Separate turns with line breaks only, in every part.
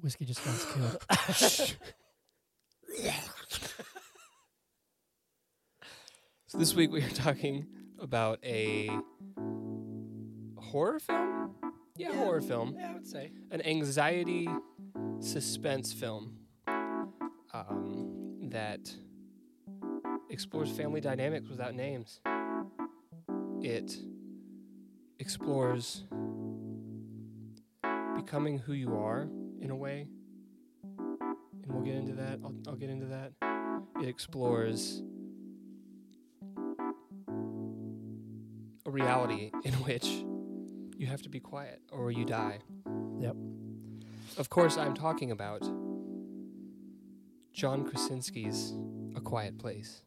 Whiskey just got us killed.
So this week we are talking about a horror film? Yeah, horror film.
yeah, I would say.
An anxiety suspense film um, that explores family dynamics without names. It explores becoming who you are in a way. And we'll get into that. I'll, I'll get into that. It explores a reality in which you have to be quiet or you die.
Yep.
Of course, I'm talking about John Krasinski's A Quiet Place.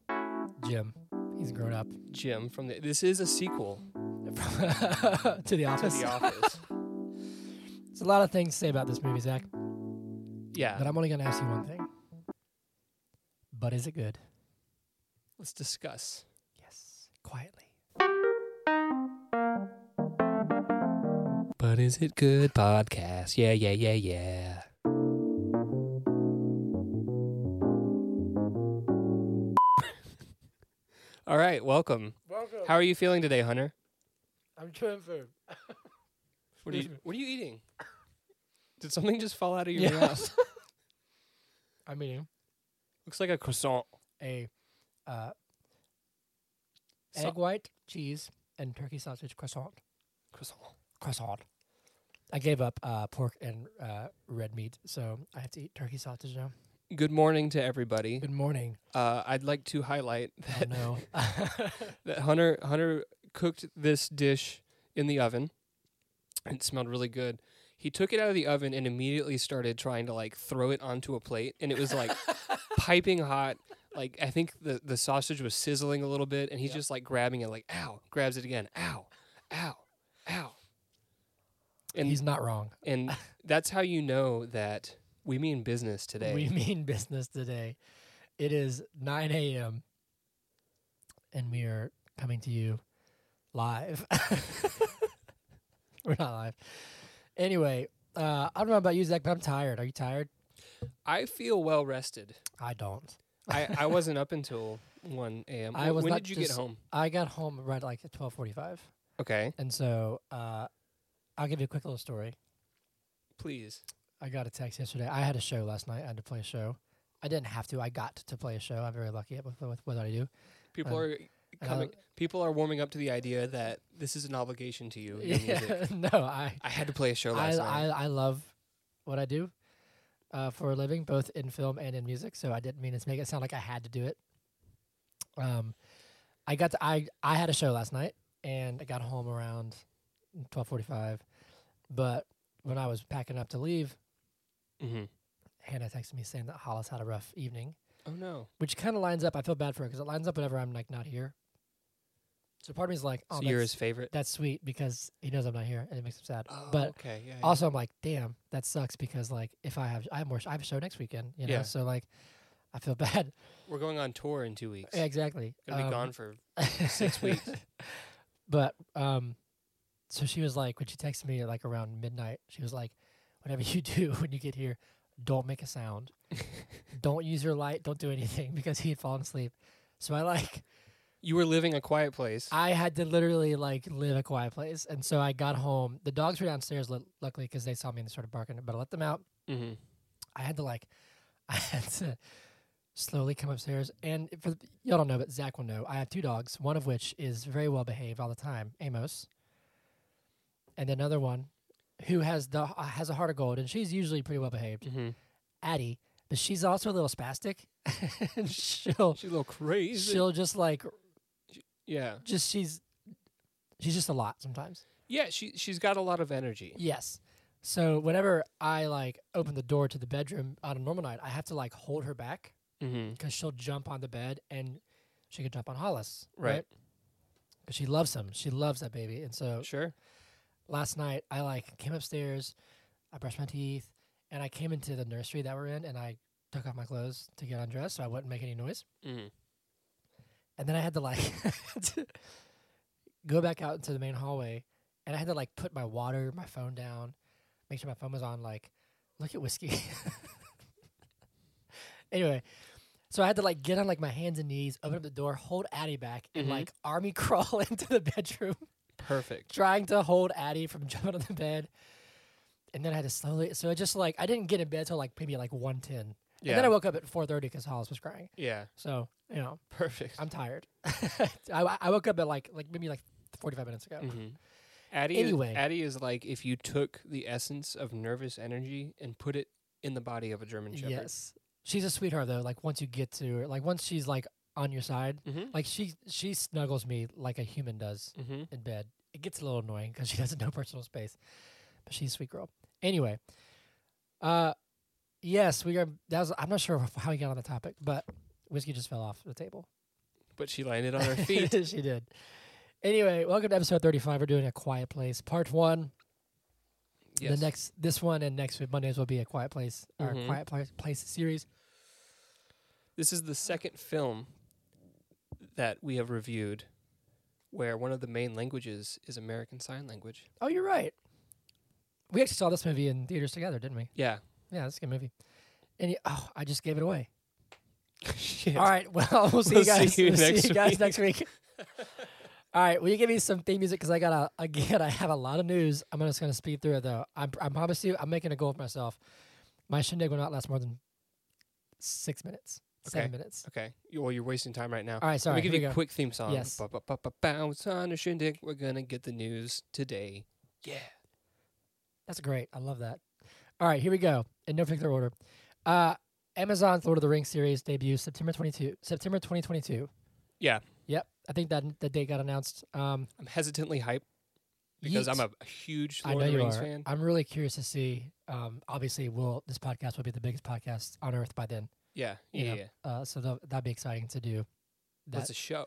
Jim. He's grown up
Jim from the. This is a sequel
to the
to
office.
The Office.
There's a lot of things to say about this movie, Zach, but
Yeah.
I'm only going to ask you one thing. But is it good?
Let's discuss.
Yes. Quietly.
But is it good podcast? Yeah, yeah, yeah, yeah. All right, welcome.
Welcome.
How are you feeling today, Hunter?
I'm doing food.
What are you
Excuse
What are you eating? Did something just fall out of your
Yeah.
mouth?
I'm eating
Looks like a croissant.
a uh,
So-
egg white, cheese, and turkey sausage croissant.
croissant.
Croissant. I gave up uh, pork and uh, red meat, so I have to eat turkey sausage now.
Good morning to everybody.
Good morning.
Uh, I'd like to highlight
Oh,
that,
no.
that Hunter Hunter cooked this dish in the oven. It smelled really good. He took it out of the oven and immediately started trying to like throw it onto a plate, and it was like piping hot. Like I think the the sausage was sizzling a little bit, and he's
Yep.
just like grabbing it, like ow, grabs it again, ow, ow, ow. And
He's not wrong.
And that's how you know that we mean business today.
We mean business today. It is 9 a.m. and we are coming to you live. We're not live. Anyway, uh, I don't know about you, Zach, but I'm tired. Are you tired?
I feel well rested.
I don't.
I, I wasn't up until 1 a.m.
I
When-
was
when
not
did you
just-
get home?
I got home right like at 12:45,
Okay,
and so uh, I'll give you a quick little story.
please.
I got a text yesterday. I had a show last night. I had to play a show. I didn't have to. I got to play a show. I'm very lucky with, with what I do.
People
Um,
are
I
coming. People are warming up to the idea that this is an obligation to you. your music.
Yeah, no, I
I had to play a show
I,
last
I,
night.
I love what I do uh, for a living, both in film and in music. So I didn't mean to make it sound like I had to do it. Um, I got to, I I had a show last night, and I got home around twelve forty five. But when I was packing up to leave,
hmm
Hannah texted me saying that Hollis had a rough evening,
Oh no!
which kind of lines up. I feel bad for her because it lines up whenever I'm like not here. So part of me is like, oh,
so you're
that's,
his favorite.
that's sweet because he knows I'm not here, and it makes him sad.
Oh,
but
okay, yeah, yeah.
also I'm like, damn, that sucks because like if I have I have more sh- I have a show next weekend, you know,
Yeah.
so like I feel bad.
we're going on tour in two weeks.
Yeah, exactly.
Gonna be
Um,
gone for six weeks.
But um, so she was like, when she texted me like around midnight, she was like, whatever you do when you get here, don't make a sound, don't use your light, don't do anything because he had fallen asleep. So I like
you were living a quiet place.
I had to literally like live a quiet place, and so I got home. The dogs were downstairs, lu- luckily, because they saw me and they started barking. But I let them out.
hmm
I had to like, I had to slowly come upstairs. And for the, y'all don't know, but Zach will know. I have two dogs, one of which is very well behaved all the time, Amos, and another one who has the uh, has a heart of gold, and she's usually pretty well behaved,
hmm
Addie. But she's also a little spastic, and she'll
She's a little crazy.
she'll just like
yeah,
just she's she's just a lot sometimes.
yeah. She she's got a lot of energy.
Yes. So whenever I like open the door to the bedroom on a normal night, I have to like hold her back
hmm
because she'll jump on the bed and she could jump on Hollis,
Right.
right? Because she loves him. She loves that baby. And so
Sure.
last night, I like came upstairs, I brushed my teeth, and I came into the nursery that we're in, and I took off my clothes to get undressed so I wouldn't make any noise.
Mhm.
And then I had to like to go back out into the main hallway, and I had to like put my water, my phone down, make sure my phone was on like Look at whiskey. anyway, so I had to like get on like my hands and knees, open up the door, hold Addie back, and
Mhm.
like army crawl into the bedroom,
Perfect.
trying to hold Addie from jumping on the bed. And then I had to slowly. So I just like I didn't get in bed till like maybe like one ten. And then I
Yeah.
woke up at four thirty because Hollis was crying.
Yeah.
So you know
Perfect.
I'm tired. I, I woke up at like like maybe like forty five minutes ago.
hmm Addie,
Anyway.
is, Addie is like if you took the essence of nervous energy and put it in the body of a German Shepherd.
Yes, she's a sweetheart though. Like once you get to her, like once she's like on your side,
Mm-hmm.
like she she snuggles me like a human does
Mm-hmm.
in bed. It gets a little annoying because she doesn't know personal space, but she's a sweet girl. Anyway, uh, yes, we are. That was I'm not sure how we got on the topic, but whiskey just fell off the table.
But she landed on her feet.
she did. Anyway, welcome to episode 35. We're doing a quiet place, part one.
Yes.
The next, this one and next week Mondays will be a quiet place, our
Mhm.
quiet place, place series.
This is the second film that we have reviewed where one of the main languages is American Sign Language.
Oh, you're right. We actually saw this movie in theaters together, didn't we?
Yeah.
Yeah, that's a good movie. And y- oh, I just gave it away.
Shit.
All right. Well, we'll see
We'll
you guys.
see you
we'll
next
see you guys
week.
next week. All right. Will you give me some theme music? Because I got to again. I have a lot of news. I'm just going to speed through it though. I'm, I promise you, I'm making a goal for myself. My shindig will not last more than six minutes, seven
Okay.
minutes.
Okay. You, well, you're wasting time right now.
All right. Sorry.
Let me give
here
you
we
a
go.
quick theme song.
Yes.
Ba- ba- ba- ba- Bounce on a shindig. We're going to get the news today. Yeah.
That's great. I love that. All right, here we go in no particular order. Uh, Amazon's Lord of the Rings series debuts September 22, September 2022.
Yeah.
Yep, I think that that date got announced. Um,
I'm hesitantly hyped because I'm
yeet.
a a huge
I
Lord
know
of the
you
Rings
are.
fan.
I'm really curious to see. Um, obviously, will this podcast will be the biggest podcast on earth by then.
Yeah.
you
Yeah.
know,
yeah.
Uh, so tha- that'd be exciting to do.
That's
That
a show.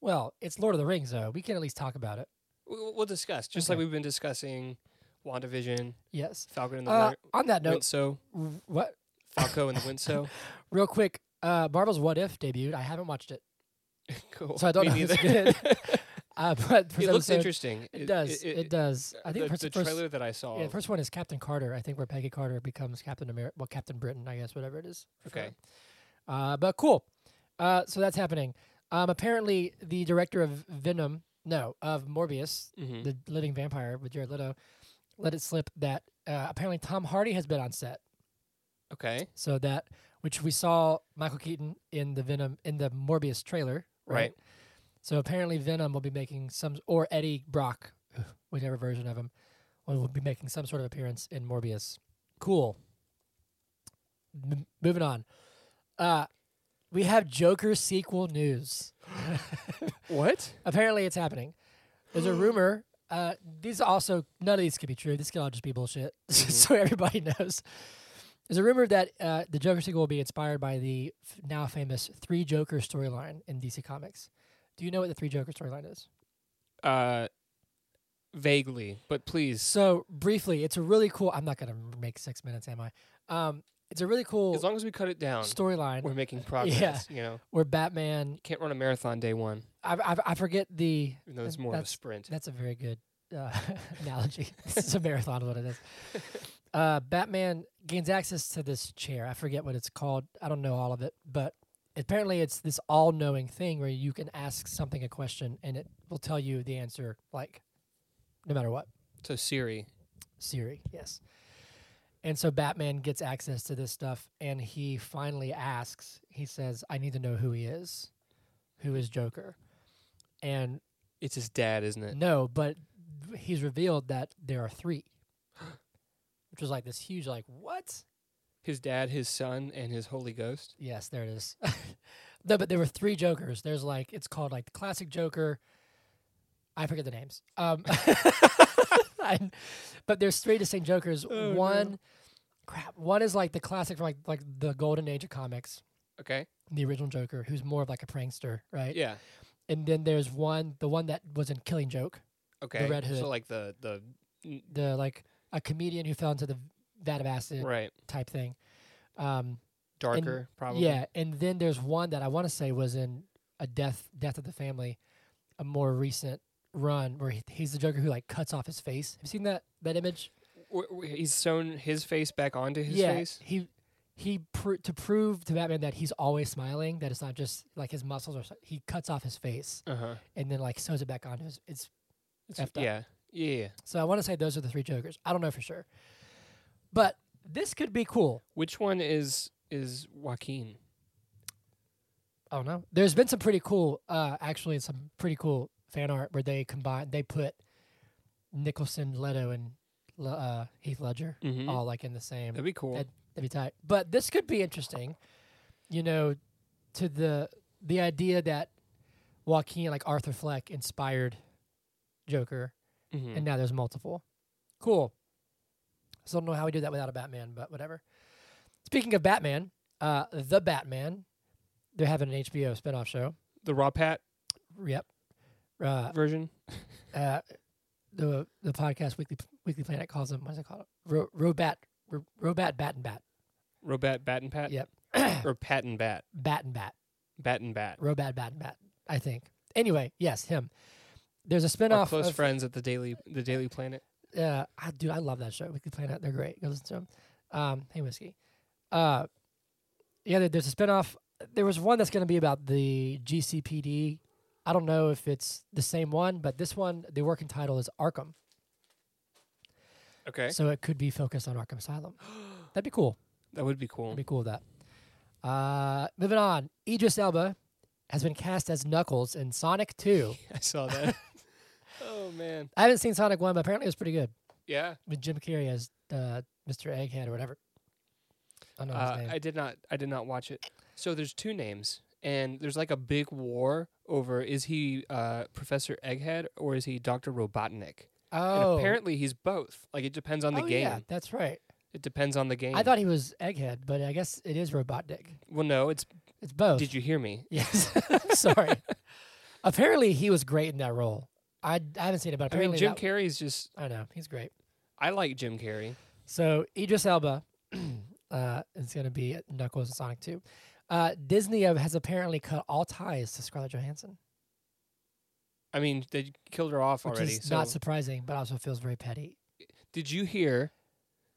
well, it's Lord of the Rings though. We can at least talk about it.
We'll, we'll discuss, just like
Okay.
we've been discussing WandaVision,
Yes.
Falcon and the
Uh,
Winter-
on that note,
Winso,
w- what?
Falco and the Winso.
Real quick, uh, Marvel's What If debuted. I haven't watched it,
cool.
so I don't know
Me
if it's
neither.
good. uh, but for
it
some
looks
episode-
interesting. uh,
It, does. It, does. I think
the,
first,
the
first-
trailer that I saw.
yeah, first one is Captain Carter. I think where Peggy Carter becomes Captain America, well, Captain Britain, I guess, whatever it is. for
Okay.
her. Uh, but cool. Uh, so that's happening. Um, apparently, the director of Venom, no, of Morbius,
Mhm.
the Living Vampire with Jared Leto, let it slip that uh, apparently Tom Hardy has been on set.
okay.
So that which we saw Michael Keaton in the Venom in the Morbius trailer, right?
Right.
So apparently Venom will be making some or Eddie Brock, whichever version of him, will will be making some sort of appearance in Morbius. Cool. M- moving on. Uh we have Joker sequel news.
What?
Apparently it's happening. There's a rumor uh, these also none of these could be true. This could all just be bullshit, so everybody knows. There's a rumor that uh, the Joker sequel will be inspired by the f- now famous Three Joker storyline in DC Comics. Do you know what the Three Joker storyline is?
Uh, vaguely, but please,
So briefly, it's a really cool. I'm not gonna make six minutes, am I? Um, it's a really cool
as long as we cut it down,
storyline
we're making progress. You know,
where Batman.
can't run a marathon day one,
I, I, I forget the
even though it's
And
more of a
that's-
sprint.
That's a very good uh, analogy. this is a marathon, what it is. Uh, Batman gains access to this chair. I forget what it's called. I don't know all of it, but apparently it's this all-knowing thing where you can ask something a question and it will tell you the answer, like no matter what.
So Siri,
Siri, yes. And so Batman gets access to this stuff and he finally asks, he says, I need to know who he is. Who is Joker? And
it's his dad, isn't it?
no, but he's revealed that there are three, which was like this huge, like what?
His dad, his son, and his Holy Ghost.
Yes, there it is. no, but there were three Jokers. There's like it's called like the classic Joker. I forget the names. Um, I- but there's three distinct Jokers.
Oh, no.
One, crap. One is like the classic from like like the golden age of comics.
Okay.
The original Joker, who's more of like a prankster, right?
Yeah.
And then there's one, the one that was in Killing Joke,
Okay.
Red Hood.
So like the the
the like a comedian who fell into the vat of acid
right
type thing. Um,
darker probably.
yeah, and then there's one that I want to say was in a death death of the family, a more recent run where he, he's the Joker who like cuts off his face. Have you seen that that image?
w- w- he's sewn his face back onto his
yeah,
face.
he he pro- to prove to Batman that he's always smiling, that it's not just like his muscles are. He cuts off his face
Uh huh.
and then like sews it back onto his. It's effed up.
Yeah. Yeah. yeah.
So I want to say those are the three Jokers. I don't know for sure, but this could be cool.
Which one is is Joaquin?
I don't know. There's been some pretty cool, uh, actually, some pretty cool fan art where they combine, they put Nicholson, Leto, and Le- uh, Heath Ledger
Mhm.
all like in the same.
That'd be cool.
That'd That'd be tight. But this could be interesting, you know, to the the idea that Joaquin, like Arthur Fleck, inspired Joker,
Mhm.
and now there's multiple. Cool. Still don't know how we do that without a Batman, but whatever. Speaking of Batman, uh, the Batman, they're having an HBO spinoff show.
the Raw Pat
Yep. Uh,
version.
uh, the the podcast weekly Weekly Planet calls them what's it called? Ro- Robat Ro- Robat Bat and Bat
Robat Bat and Pat.
Yep.
or Pat and Bat.
Bat and Bat.
Bat and Bat.
Robat Bat Bat, I think. Anyway, yes, him. There's a
Our
spinoff.
close
of,
friends at the Daily the Daily Planet.
Uh, I, dude, I love that show. Weekly Planet, they're great. Go listen to them. Um, hey, whiskey. Uh, yeah, there- there's a spinoff. There was one that's going to be about the GCPD. I don't know if it's the same one, but this one, the working title is Arkham,
Okay.
so it could be focused on Arkham Asylum. That'd be cool.
That would be cool.
I'd be cool with that. Uh, moving on, Idris Elba has been cast as Knuckles in Sonic Two.
I saw that. oh man.
I haven't seen Sonic One, but apparently it was pretty good.
Yeah.
with Jim Carrey as uh, Mr. Egghead or whatever. I don't know his
Uh,
name.
I did not I did not watch it. So there's two names and there's like a big war over is he uh, Professor Egghead or is he Dr. Robotnik?
oh,
And apparently he's both. Like it depends on the
Oh,
game.
Yeah, that's right.
It depends on the game.
I thought he was Egghead, but I guess it is Robotnik.
Well no, it's
It's both.
did you hear me?
Yes. Sorry. apparently, he was great in that role. I, I haven't seen it, but
I mean
apparently,
Jim
that-
Carrey's just
I know he's great.
I like Jim Carrey.
So Idris Elba uh, is going to be at Knuckles and Sonic Two. Uh, Disney uh, has apparently cut all ties to Scarlett Johansson,
I mean, they killed her off
which
already.
is
So
not surprising, but also feels very petty.
did you hear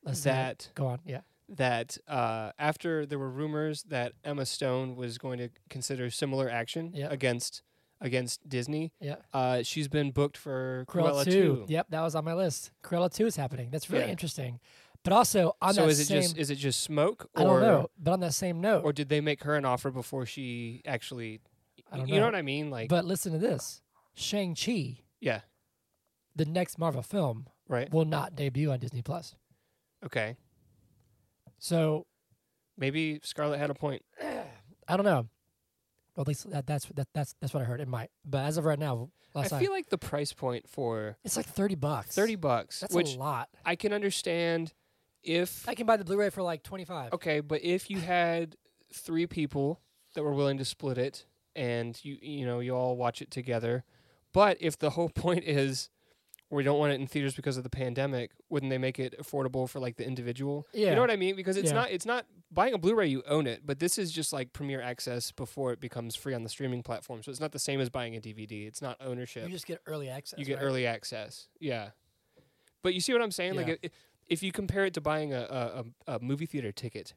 Let's
that
go on. Yeah.
that uh, after there were rumors that Emma Stone was going to consider similar action
Yeah.
against against Disney,
Yeah.
uh, she's been booked for
Cruella,
Cruella,
2.
two.
Yep, that was on my list. Cruella 2 is happening. That's really
Yeah.
interesting. But also on
So
that
is it
same
just is it just smoke, or
I don't know, but on that same note,
or did they make her an offer before she actually?
I don't
you know.
know.
what I mean? Like
but listen to this. Shang-Chi,
yeah,
the next Marvel film,
right?
will not debut on Disney Plus.
Okay,
So,
maybe Scarlett had a point.
I don't know. Well, at least that, that's that, that's that's what I heard. It might. But as of right now, last
I
night,
feel like the price point for
it's like 30 bucks.
thirty bucks,
That's
which
a lot.
I can understand if
I can buy the Blu-ray for like 25.
Okay, but if you had three people that were willing to split it and you you know, you all watch it together, but if the whole point is we don't want it in theaters because of the pandemic, wouldn't they make it affordable for like the individual?
Yeah.
You know what I mean? Because it's
Yeah.
not it's not buying a Blu-ray you own it, but this is just like premiere access before it becomes free on the streaming platform. So it's not the same as buying a DVD. It's not ownership
You just get early access.
you get
right?
early access. Yeah, but you see what I'm saying? Like,
Yeah.
i- if you compare it to buying a a, a, a movie theater ticket,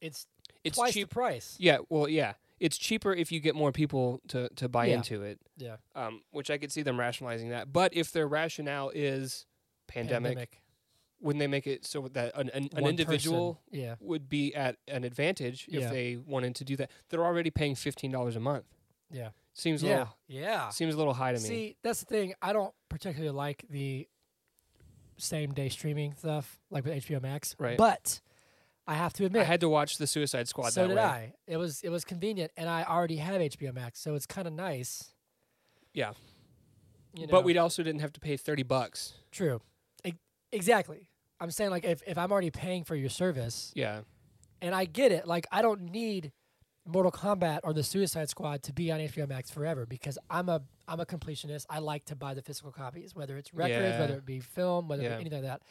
It's,
it's
twice
cheap.
the price.
yeah, well, yeah, it's cheaper if you get more people to to buy
Yeah.
into it.
Yeah.
Um, which I could see them rationalizing that. But if their rationale is pandemic, wouldn't they make it so that an an, an
One
individual?
person. Yeah.
Would be at an advantage
Yeah.
if they wanted to do that. They're already paying fifteen dollars a month.
Yeah.
Seems a
yeah.
little
Yeah.
seems a little high to me.
See, that's the thing. I don't particularly like the same day streaming stuff, like with HBO Max.
Right.
But I have to
I
admit,
had to watch the Suicide Squad.
so
that
did
way.
I. It was it was convenient, and I already have HBO Max, so it's kind of nice.
Yeah.
You know?
But we also didn't have to pay thirty bucks.
true, E- exactly. I'm saying like if, if I'm already paying for your service,
Yeah,
and I get it, like I don't need Mortal Kombat or the Suicide Squad to be on HBO Max forever because I'm a I'm a completionist. I like to buy the physical copies, whether it's records,
Yeah.
whether it be film, whether it be
Yeah.
anything like that.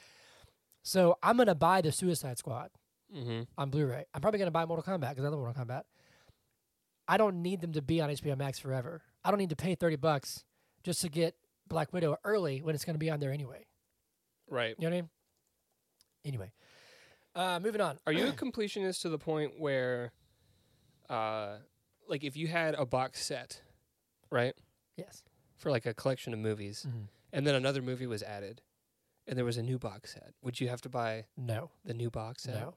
So I'm gonna buy the Suicide Squad
mm-hmm.
on Blu-ray. I'm probably gonna buy Mortal Kombat because I love Mortal Kombat. I don't need them to be on HBO Max forever. I don't need to pay thirty bucks just to get Black Widow early when it's gonna be on there anyway.
right.
You know what I mean? Anyway, uh, moving on.
Are you a completionist to the point where, uh, like, if you had a box set, right,
Yes.
for like a collection of movies,
Mhm.
and then another movie was added, and there was a new box set, would you have to buy
No.
the new box set?
No.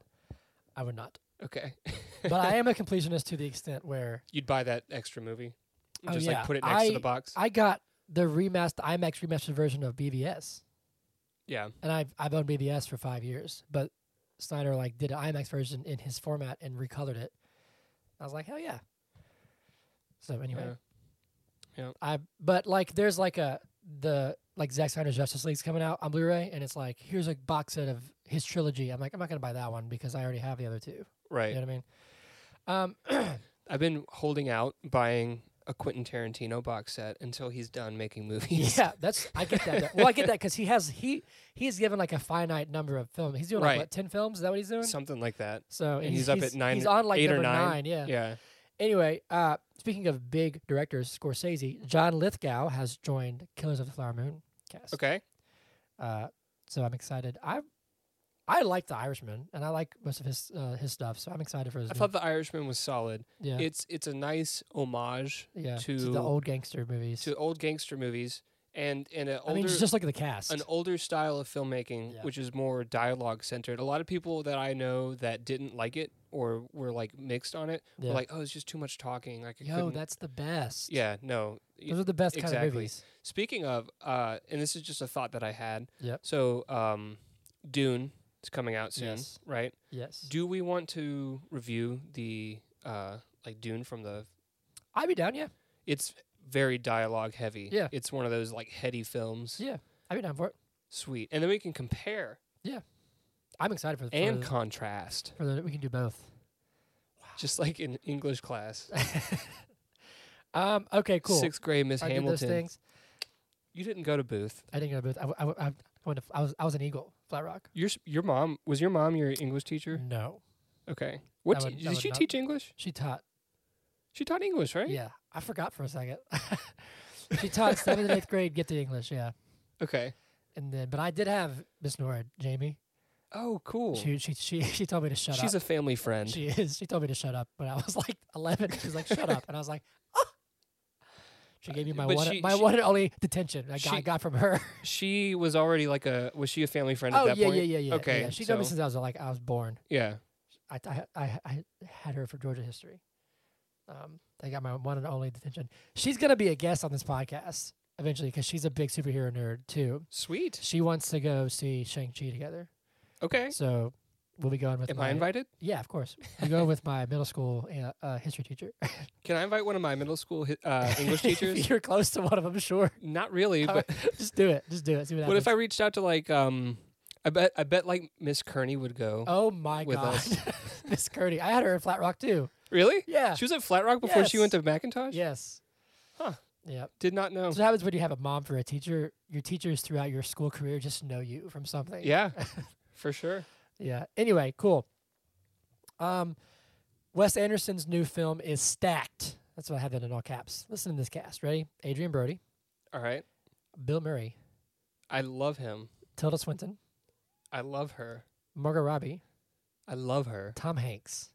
I would not.
Okay.
But I am a completionist to the extent where
You'd buy that extra movie. and
Oh,
just
yeah.
like put it next to
I-
the box.
I got the remastered IMAX remastered version of BVS,
yeah.
and I've I've owned BVS for five years. But Snyder like did an IMAX version in his format and recolored it. I was like, hell yeah. So anyway,
Yeah.
I but like there's like a the like Zack Snyder's Justice League's coming out on Blu-ray, and it's like here's a box set of his trilogy. I'm like, I'm not gonna buy that one because I already have the other two.
Right.
You know what I mean? Um,
I've been holding out buying a Quentin Tarantino box set until he's done making movies.
Yeah, that's I get that. though. well, I get that because he has he he's given like a finite number of films. He's doing like
Right.
what ten films? Is that what he's doing?
Something like that.
so
and he's up at nine-
He's on like
eight or
number
nine?
yeah.
Yeah.
Anyway, uh, speaking of big directors, Scorsese, John Lithgow has joined Killers of the Flower Moon cast.
Okay.
Uh, so I'm excited. I I like The Irishman, and I like most of his uh, his stuff. So I'm excited for his.
I
new-
thought The Irishman was solid.
yeah,
It's it's a nice homage
yeah,
to-
the old gangster movies.
to old gangster movies and and an
I
older
mean, just just look at the cast.
an older style of filmmaking,
Yeah.
which is more dialogue centered. A lot of people that I know that didn't like it or were like mixed on it
Yeah.
were like, "Oh, it's just too much talking." Like, I
Yo,
couldn't-
that's the best.
yeah, no. Y-
those are the best kind of
exactly.
movies.
Speaking of, uh, and this is just a thought that I had.
Yep.
So, um, Dune is coming out soon,
Yes.
right?
Yes.
Do we want to review the uh, like Dune from the?
I'd be down, yeah.
It's very dialogue heavy.
Yeah.
It's one of those like heady films.
Yeah. I'd be down for it.
Sweet, and then we can compare
I'm excited for the
and
for,
contrast,
the, for the we can do both.
just like in English class.
Um. Okay. Cool.
Sixth grade Miss
I did those
Hamilton.
things.
You didn't go to Booth.
I didn't go to both. I, w- I, w- I, w- I went to, I was I was an eagle. Flat Rock.
Your s- your mom was your mom your English teacher.
No,
Okay.
That
What t-
would- that
did
would
she
not-
teach English?
she taught.
She taught English, right?
Yeah, I forgot for a second. she taught seventh and eighth grade. Get to English. Yeah,
Okay.
and then but I did have Miss Nora Jamie.
Oh, cool.
She she she she told me to shut
She's
up.
a family friend.
she is. She told me to shut up when I was like eleven. She's like shut up, and I was like. "Ah." She gave me my
But
one,
she-
my
she-
one and only detention I got,
she-
I got from her.
She was already like a was she a family friend
Oh
at that
yeah,
point?
yeah, yeah, yeah.
Okay,
yeah. she's known me
so-
since I was like I was born.
yeah.
I I, I, I had her for Georgia history. Um, I got my one and only detention. She's gonna be a guest on this podcast eventually because she's a big superhero nerd too.
Sweet.
She wants to go see Shang Chi together,
Okay.
so we'll be going with.
Am
my,
I invited?
Yeah, of course. We go with my middle school uh, uh, history teacher.
Can I invite one of my middle school hi- uh, English
If
teachers?
You're close to one of them, sure.
Not really,
I
but
Just do it. Just do it. See what
what if I
happens.
reached out to like um I bet I bet like Miss Kearney would go.
Oh my
with
god,
us?
Miss Curdy. I had her at Flat Rock too.
Really?
Yeah.
She was at Flat Rock before she went to Macintosh?
Yes.
Huh.
Yep.
Did not know.
So what happens when you have a mom for a teacher? Your teachers throughout your school career just know you from something.
Yeah. for sure.
Yeah. Anyway, cool. Um, Wes Anderson's new film is stacked. That's what I have that in all caps. Listen to this cast. Ready? Adrian Brody,
All right.
Bill Murray,
I love him.
Tilda Swinton,
I love her.
Margot Robbie,
I love her.
Tom Hanks.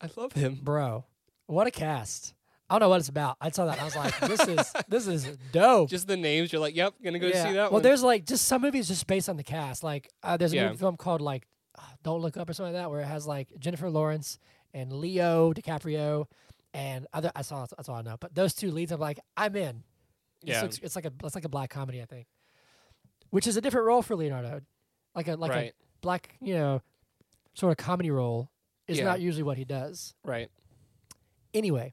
I love him.
Bro, what a cast! I don't know what it's about. I saw that and I was like, this is this is dope.
Just the names, you're like, yep, gonna go see that
well,
one.
there's like just some movies just based on the cast. Like uh, there's a
Yeah.
new film called like uh, Don't Look Up or something like that, where it has like Jennifer Lawrence and Leo DiCaprio and other. I saw that's all I know. But those two leads, I'm like, I'm in. This
yeah.
looks- it's like a it's like a black comedy, I think, which is a different role for Leonardo, like a like
right,
a black you know sort of comedy role is
Yeah.
not usually what he does.
right.
Anyway,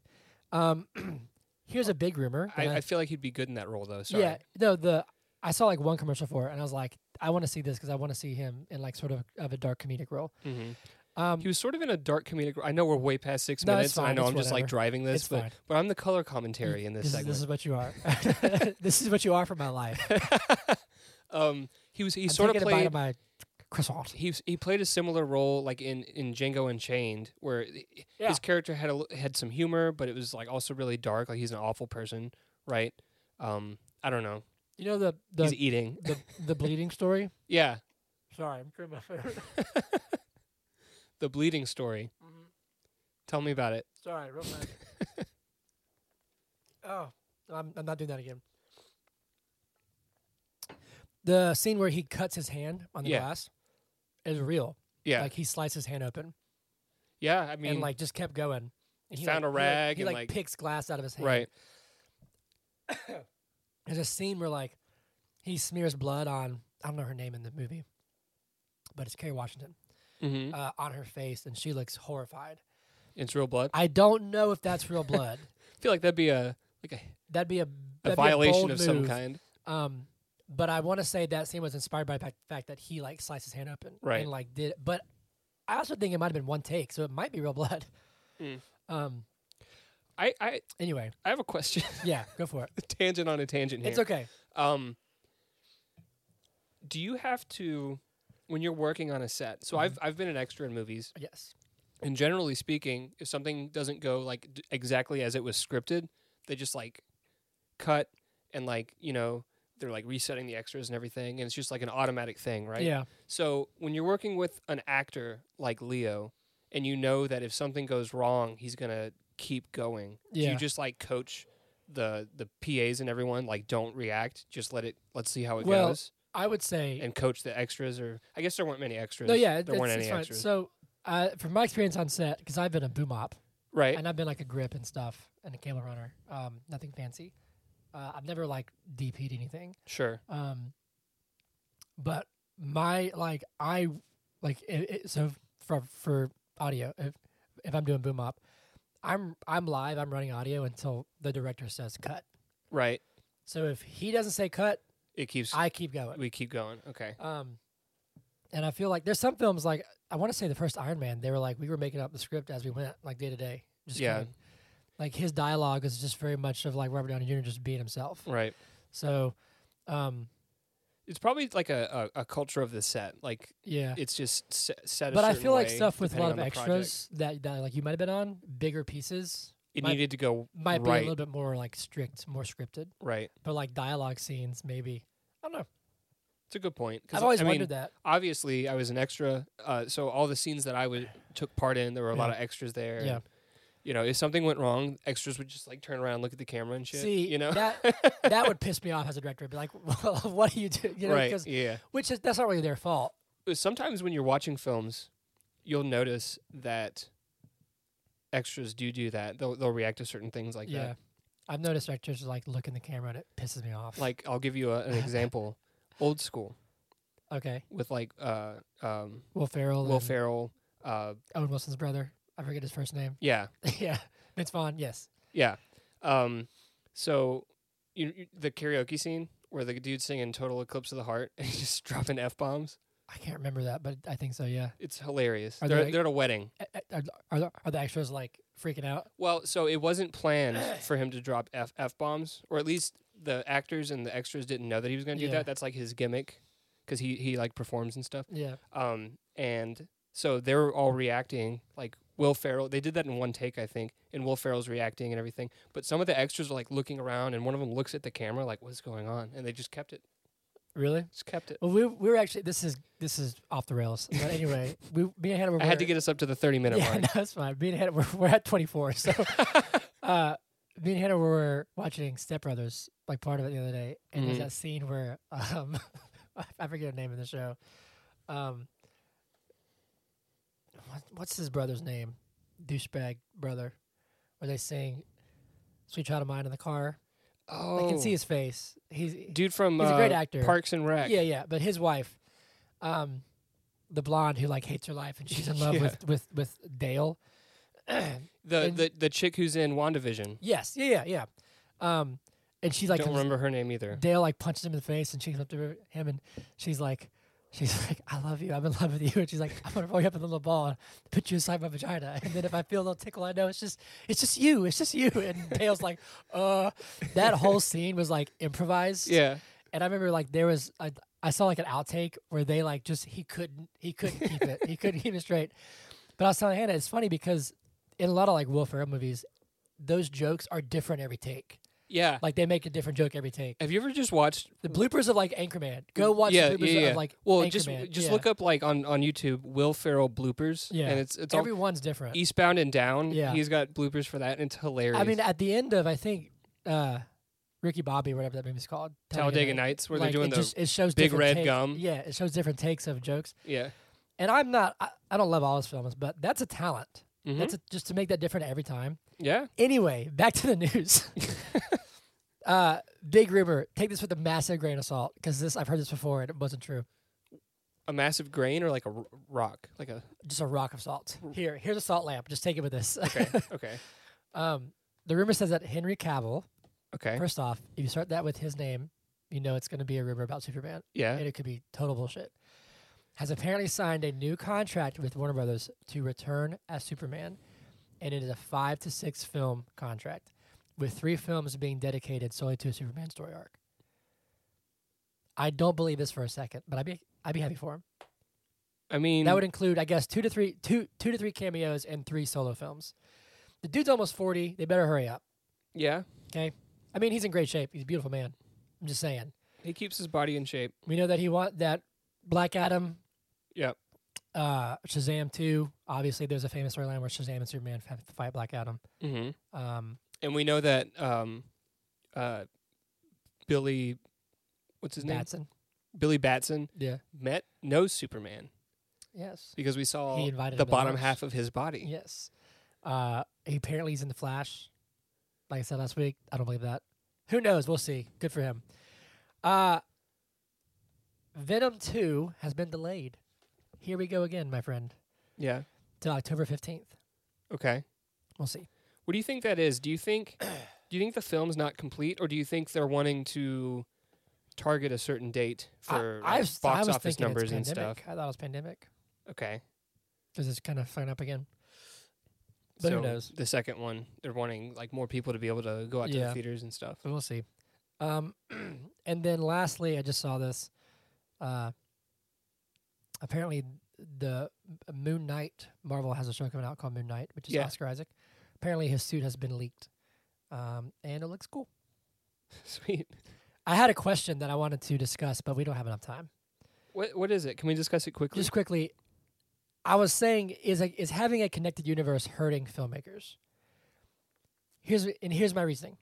um, here's a big rumor. that
I, I feel like he'd be good in that role though. Sorry.
Yeah, no, the I saw like one commercial for it, and I was like, I want to see this because I want to see him in like sort of of a dark comedic role.
Mhm.
Um,
He was sort of in a dark comedic. I know we're way past six
No,
minutes.
it's
and I
fine,
know
it's
I'm just like
whatever.
driving this,
It's
but
fine.
but I'm the color commentary in this,
this, is,
segment.
this is what you are. this is what you are for my life.
um, he was he
I'm
sort of
taking a bite
played
of my croissant.
he was- he played a similar role like in in Django Unchained, where i-
Yeah.
his character had a, l- had some humor, but it was like also really dark. Like he's an awful person, right? Um, I don't know.
You know the the
he's eating.
the, the bleeding story.
Yeah,
Sorry, I'm chewing my food.
The bleeding story. Tell me about it.
Sorry, real fast. oh, I'm, I'm not doing that again. The scene where he cuts his hand on the
Yeah.
glass is real.
Yeah.
Like he sliced his hand open
yeah. I mean,
and like just kept going. And he
Found
like-
a rag
He
and,
like, he, like
like-
picks glass out of his hand.
right.
There's a scene where like he smears blood on I don't know her name in the movie, but it's Kerry Washington
hmm
uh, on her face, and she looks horrified.
It's real blood.
I don't know if that's real blood.
I feel like that'd be a like a,
That'd be a,
a
that'd be
violation
bold
of some
move.
kind.
Um, but I want to say that scene was inspired by the fac- fact that he like sliced his hand open,
Right.
And like did, but I also think it might have been one take, so it might be real blood.
Mm.
Um.
I, I
Anyway,
I have a question.
yeah, go for it.
tangent on a tangent here.
It's okay.
Um, do you have to when you're working on a set? So I've I've been an extra in movies,
Yes.
and generally speaking, if something doesn't go like d- exactly as it was scripted, they just like cut and like you know they're like resetting the extras and everything, and it's just like an automatic thing, right?
Yeah.
So when you're working with an actor like Leo, and you know that if something goes wrong, he's gonna keep going. Do
Yeah.
you just like coach the the PAs and everyone like don't react, just let it. Let's see how it
Well,
goes,
I would say
and coach the extras. Or I guess there weren't many extras.
No, yeah, it-
there weren't
it's,
any
it's fine.
extras,
So, uh, from my experience on set, because I've been a boom op
right?
and I've been like a grip and stuff and a cable runner, um, nothing fancy. Uh, I've never like DP'd anything.
Sure.
Um, but my like I like it, it, so for for audio if if I'm doing boom op, I'm I'm live. I'm running audio until the director says cut.
Right.
So if he doesn't say cut,
It keeps.
I keep going.
we keep going. Okay.
Um, and I feel like there's some films like I want to say the first Iron Man. They were like we were making up the script as we went, like day to day. Just
Yeah.
kinda- like his dialogue is just very much of like Robert Downey Jr. just being himself.
Right.
So, um,
It's probably like a, a, a culture of the set. Like
yeah.
it's just se- set. a
But I
certain
feel like
way,
stuff with a lot of
depending on the project.
extras that, that like you might have been on bigger pieces
It
might-
needed to go
might be a
right.
little bit more like strict, more scripted.
right.
But like dialogue scenes, maybe I don't know.
It's a good point. 'cause
I've always
I mean,
wondered that.
obviously I was an extra, uh, so all the scenes that I was took part in, there were a lot
Yeah.
of extras there.
Yeah.
and, you know, if something went wrong, extras would just like turn around, and look at the camera and shit.
See,
you know,
that that would piss me off as a director. I'd be like, well, what do you do? You know,
right?
'cause-
Yeah.
which is that's not really their fault.
Sometimes when you're watching films, you'll notice that extras do do that. They'll they'll react to certain things like
yeah.
that.
I've noticed actors like look in the camera and it pisses me off.
Like I'll give you a, an example. Old school
okay,
with like uh, um,
Will Ferrell,
Will
and
Ferrell. Uh,
Owen Wilson's brother. I forget his first name.
yeah,
yeah, Vince Vaughn. Yes.
Yeah. Um, so you, you, the karaoke scene where the dude's singing "Total Eclipse of the Heart" and he's just dropping f bombs.
I can't remember that, but I think so. Yeah.
It's hilarious.
Are
they're
they-
they're at a wedding.
A- a- Are, are, the- are the extras like freaking out?
Well, so it wasn't planned for him to drop f f bombs, or at least the actors and the extras didn't know that he was going to do
Yeah.
that. That's like his gimmick, because he he like performs and stuff.
Yeah.
Um, and so they're all reacting like Will Ferrell. They did that in one take, I think, and Will Ferrell's reacting and everything. But some of the extras are like looking around, and one of them looks at the camera like, "What's going on?" And they just kept it,
Really?
just kept it.
Well, we we were actually this is this is off the rails. But anyway, we me and Hannah were.
I had to
were-
get us up to the thirty minute
Yeah,
mark.
no, that's fine. Me and Hannah, we're, we're at 24. So, uh, me and Hannah were watching Step Brothers, like part of it the other day, and
Mhm.
there's that scene where um, I- I forget the name of the show. Um, what, what's his brother's name? Douchebag brother. Where they sing "Sweet Child of Mine" in the car.
Oh,
I can see his face. He's
dude from
he's a
uh,
great actor.
Parks and Rec.
yeah, yeah. But his wife, um, the blonde who like hates her life and she's in love
Yeah.
with with with Dale.
the,
and-
the the chick who's in Wandavision.
Yes, yeah, yeah, yeah. Um, and she's like
Don't remember her name either.
Dale like punches him in the face, and she comes up to her- him, and she's like, she's like, I love you, I'm in love with you, and she's like, I'm gonna roll you up in a little ball and put you inside my vagina, and then if I feel a little tickle, I know it's just, it's just you, it's just you, and Dale's like, uh, that whole scene was like improvised,
Yeah,
and I remember like there was I I saw like an outtake where they like just he couldn't he couldn't keep it he couldn't keep it straight. But I was telling Hannah it's funny because in a lot of like Will Ferrell movies, those jokes are different every take.
Yeah.
Like they make a different joke every take.
Have you ever just watched?
The bloopers of like Anchorman. Go watch
Mm, yeah,
the bloopers
yeah, yeah.
of like
well,
Anchorman.
just just
yeah.
look up like on on YouTube Will Ferrell bloopers.
Yeah.
And it's it's all
Everyone's different.
Eastbound and Down.
Yeah.
He's got bloopers for that, and it's hilarious.
I mean, at the end of I think uh, Ricky Bobby, whatever that movie's called,
Talladega Nights, where
like,
they're doing
it
the
just, it shows
big
different
red
takes.
gum.
Yeah, it shows different takes of jokes.
yeah.
And I'm not, I, I don't love all his films, but that's a talent.
Mhm.
That's a, just to make that different every time.
yeah.
Anyway, back to the news. uh, big rumor. Take this with a massive grain of salt because this I've heard this before and it wasn't true.
A massive grain or like a r- rock, like a
Just a rock of salt. Here, here's a salt lamp. Just take it with this.
okay, okay,
um, the rumor says that Henry Cavill.
okay.
First off, if you start that with his name, you know it's going to be a rumor about Superman.
Yeah.
and it could be total bullshit, has apparently signed a new contract with Warner Brothers to return as Superman, and it is a five to six film contract, with three films being dedicated solely to a Superman story arc. I don't believe this for a second, but I'd be I'd be happy for him.
I mean,
That would include, I guess, two to three two two to three cameos and three solo films. The dude's almost forty. They better hurry up.
yeah.
Okay, I mean he's in great shape. He's a beautiful man. I'm just saying.
He keeps his body in shape.
We know that he want that Black Adam
Yep.
uh, Shazam 2. Obviously, there's a famous storyline where Shazam and Superman have to fight Black Adam.
Mm-hmm.
Um,
And we know that um, uh, Billy, what's his name?
Batson.
Billy Batson
Yeah.
met knows Superman
Yes.
because we saw
He invited
the
him to
bottom
lunch.
half of his body.
Yes. Uh, he apparently he's in the Flash. Like I said last week, I don't believe that. Who knows? We'll see. Good for him. Uh, Venom 2 has been delayed. Here we go again, my friend,
Yeah.
till October 15th.
Okay.
We'll see.
What do you think that is? Do you think do you think the film's not complete, or do you think they're wanting to target a certain date for like,
I, I was,
box
I was
office
thinking it's
numbers and
pandemic.
stuff?
I thought it was pandemic
Okay.
because it's kind of fucking up again. But who
So
knows?
The second one, they're wanting like more people to be able to go out to
Yeah.
the theaters and stuff.
But we'll see. Um, and then lastly, I just saw this. Uh, apparently, the M- Moon Knight Marvel has a show coming out called Moon Knight, which is
Yeah.
Oscar Isaac. Apparently, his suit has been leaked, um, and it looks cool.
Sweet.
I had a question that I wanted to discuss, but we don't have enough time.
What what is it? Can we discuss it quickly?
Just quickly, I was saying is a, is having a connected universe hurting filmmakers? Here's and here's my reasoning.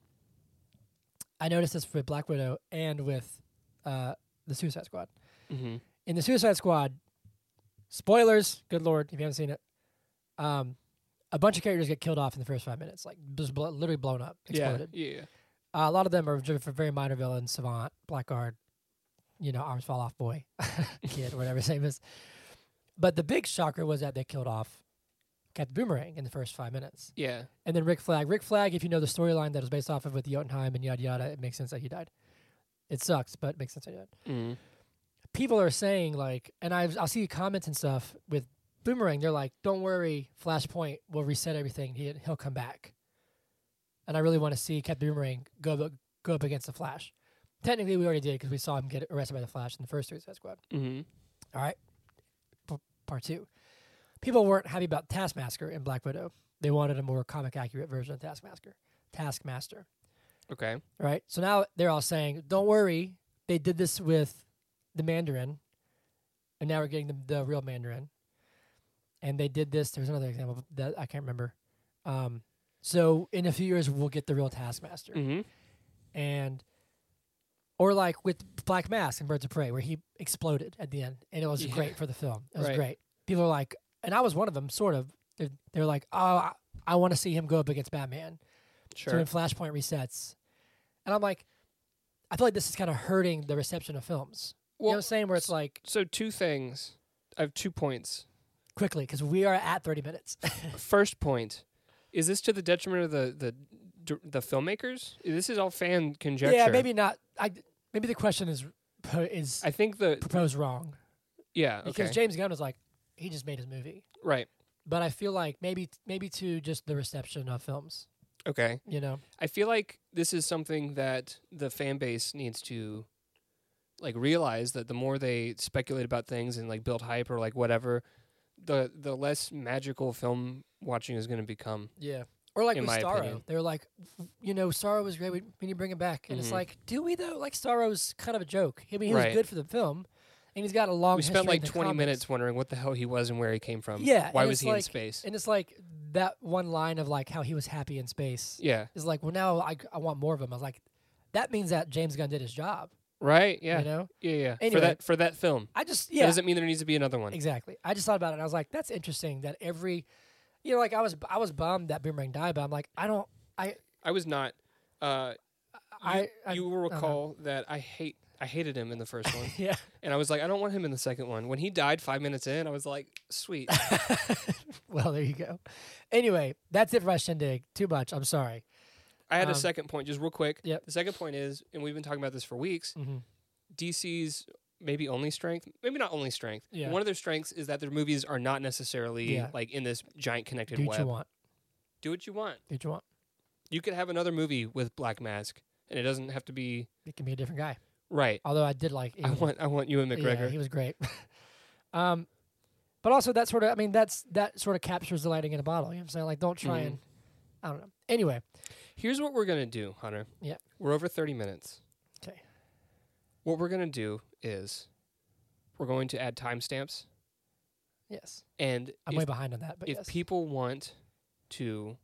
I noticed this with Black Widow and with uh, the Suicide Squad.
mm-hmm.
in the Suicide Squad, spoilers, good lord, if you haven't seen it, um, a bunch of characters get killed off in the first five minutes, like just blo- literally blown up,
Yeah.
exploded.
Yeah.
Uh, a lot of them are driven for very minor villains, Savant, Blackguard, you know, Arms Fall Off Boy, Kid, or whatever his name is. But the big shocker was that they killed off Captain Boomerang in the first five minutes.
Yeah.
And then Rick Flag. Rick Flag, if you know the storyline that is based off of with Jotunheim and yada yada, it makes sense that he died. It sucks, but it makes sense that he died
Mm.
people are saying like, and I've, I'll see comments and stuff with Boomerang. They're like, "Don't worry, Flashpoint will reset everything. He he'll come back." And I really want to see Captain Boomerang go up, go up against the Flash. Technically, we already did because we saw him get arrested by the Flash in the first Suicide Squad.
Mm-hmm.
All right, P- part two. People weren't happy about Taskmaster in Black Widow. They wanted a more comic accurate version of Taskmaster. Taskmaster
Okay.
right? So now they're all saying, "Don't worry, they did this with the Mandarin, and now we're getting the, the real Mandarin." And they did this. There's another example but that I can't remember. Um, so in a few years, we'll get the real Taskmaster,
Mm-hmm.
and or like with Black Mask and Birds of Prey, where he exploded at the end, and it was
Yeah.
great for the film. It was
Right.
great. People are like, and I was one of them, sort of. They're, they're like, "Oh, I, I want to see him go up against Batman." So
Sure.
when Flashpoint resets, and I'm like, I feel like this is kind of hurting the reception of films. you know what I'm
Well,
saying? Where it's like
so two things. I have two points.
quickly because we are at 30 minutes.
First point. Is this to the detriment of the the dir- the filmmakers? This is all fan conjecture.
yeah, maybe not. I maybe the question is po- is
I think the
proposed wrong
yeah
because
okay
James Gunn was like, he just made his movie.
right
But I feel like maybe maybe to just the reception of films,
okay.
you know.
I feel like this is something that the fan base needs to like realize that the more they speculate about things and like build hype or like whatever, the the less magical film watching is going to become.
Yeah. Or like
in
with
my
Starro,
opinion.
they're like, you know, Starro was great. We, we need to bring him back, and it's
Mhm.
like, do we though? Like Starro's kind of a joke. I mean, he
Right.
was good for the film, and he's got a long.
we spent
history in
like
Oh, the
20
comics.
minutes wondering what the hell he was and where he came from.
Yeah,
Why
and
was
it's
he in
like-
space?
and it's like that one line of like how he was happy in space
yeah.
is like, well, now I I want more of him. I was like, that means that James Gunn did his job.
Right. Yeah.
You know,
Yeah. Yeah.
Anyway.
For that for that film.
I just
That
yeah,
doesn't mean there needs to be another one.
Exactly. I just thought about it and I was like, that's interesting that every you know, like I was I was bummed that Boomerang died, but I'm like, I don't
I was not. Uh,
I, I
you will
know.
recall that I hate I hated him in the first one,
Yeah.
and I was like, I don't want him in the second one. When he died five minutes in, I was like, sweet.
Well, there you go. Anyway, that's it for my shindig. Too much. I'm sorry.
I had a
Um,
second point, just real quick.
yep.
The second point is, and we've been talking about this for weeks.
Mhm.
DC's maybe only strength, maybe not only strength.
Yeah.
One of their strengths is that their movies are not necessarily
Yeah.
like in this giant connected
Do what
web.
you want.
Do what you want.
Do what you want.
You could have another movie with Black Mask, and it doesn't have to be
It can be a different guy.
right.
Although I did like
I
Ewan.
want I want you and McGregor.
Yeah, he was great. um but also that sort of I mean that's that sort of captures the lighting in a bottle. You know what I'm saying? Like don't try
Mhm.
and I don't know. Anyway,
Here's what we're gonna do, Hunter.
Yeah.
We're over thirty minutes.
'Kay.
What we're gonna do is we're going to add timestamps,
yes.
and
I'm
if,
way behind on that, but
if
yes.
people want to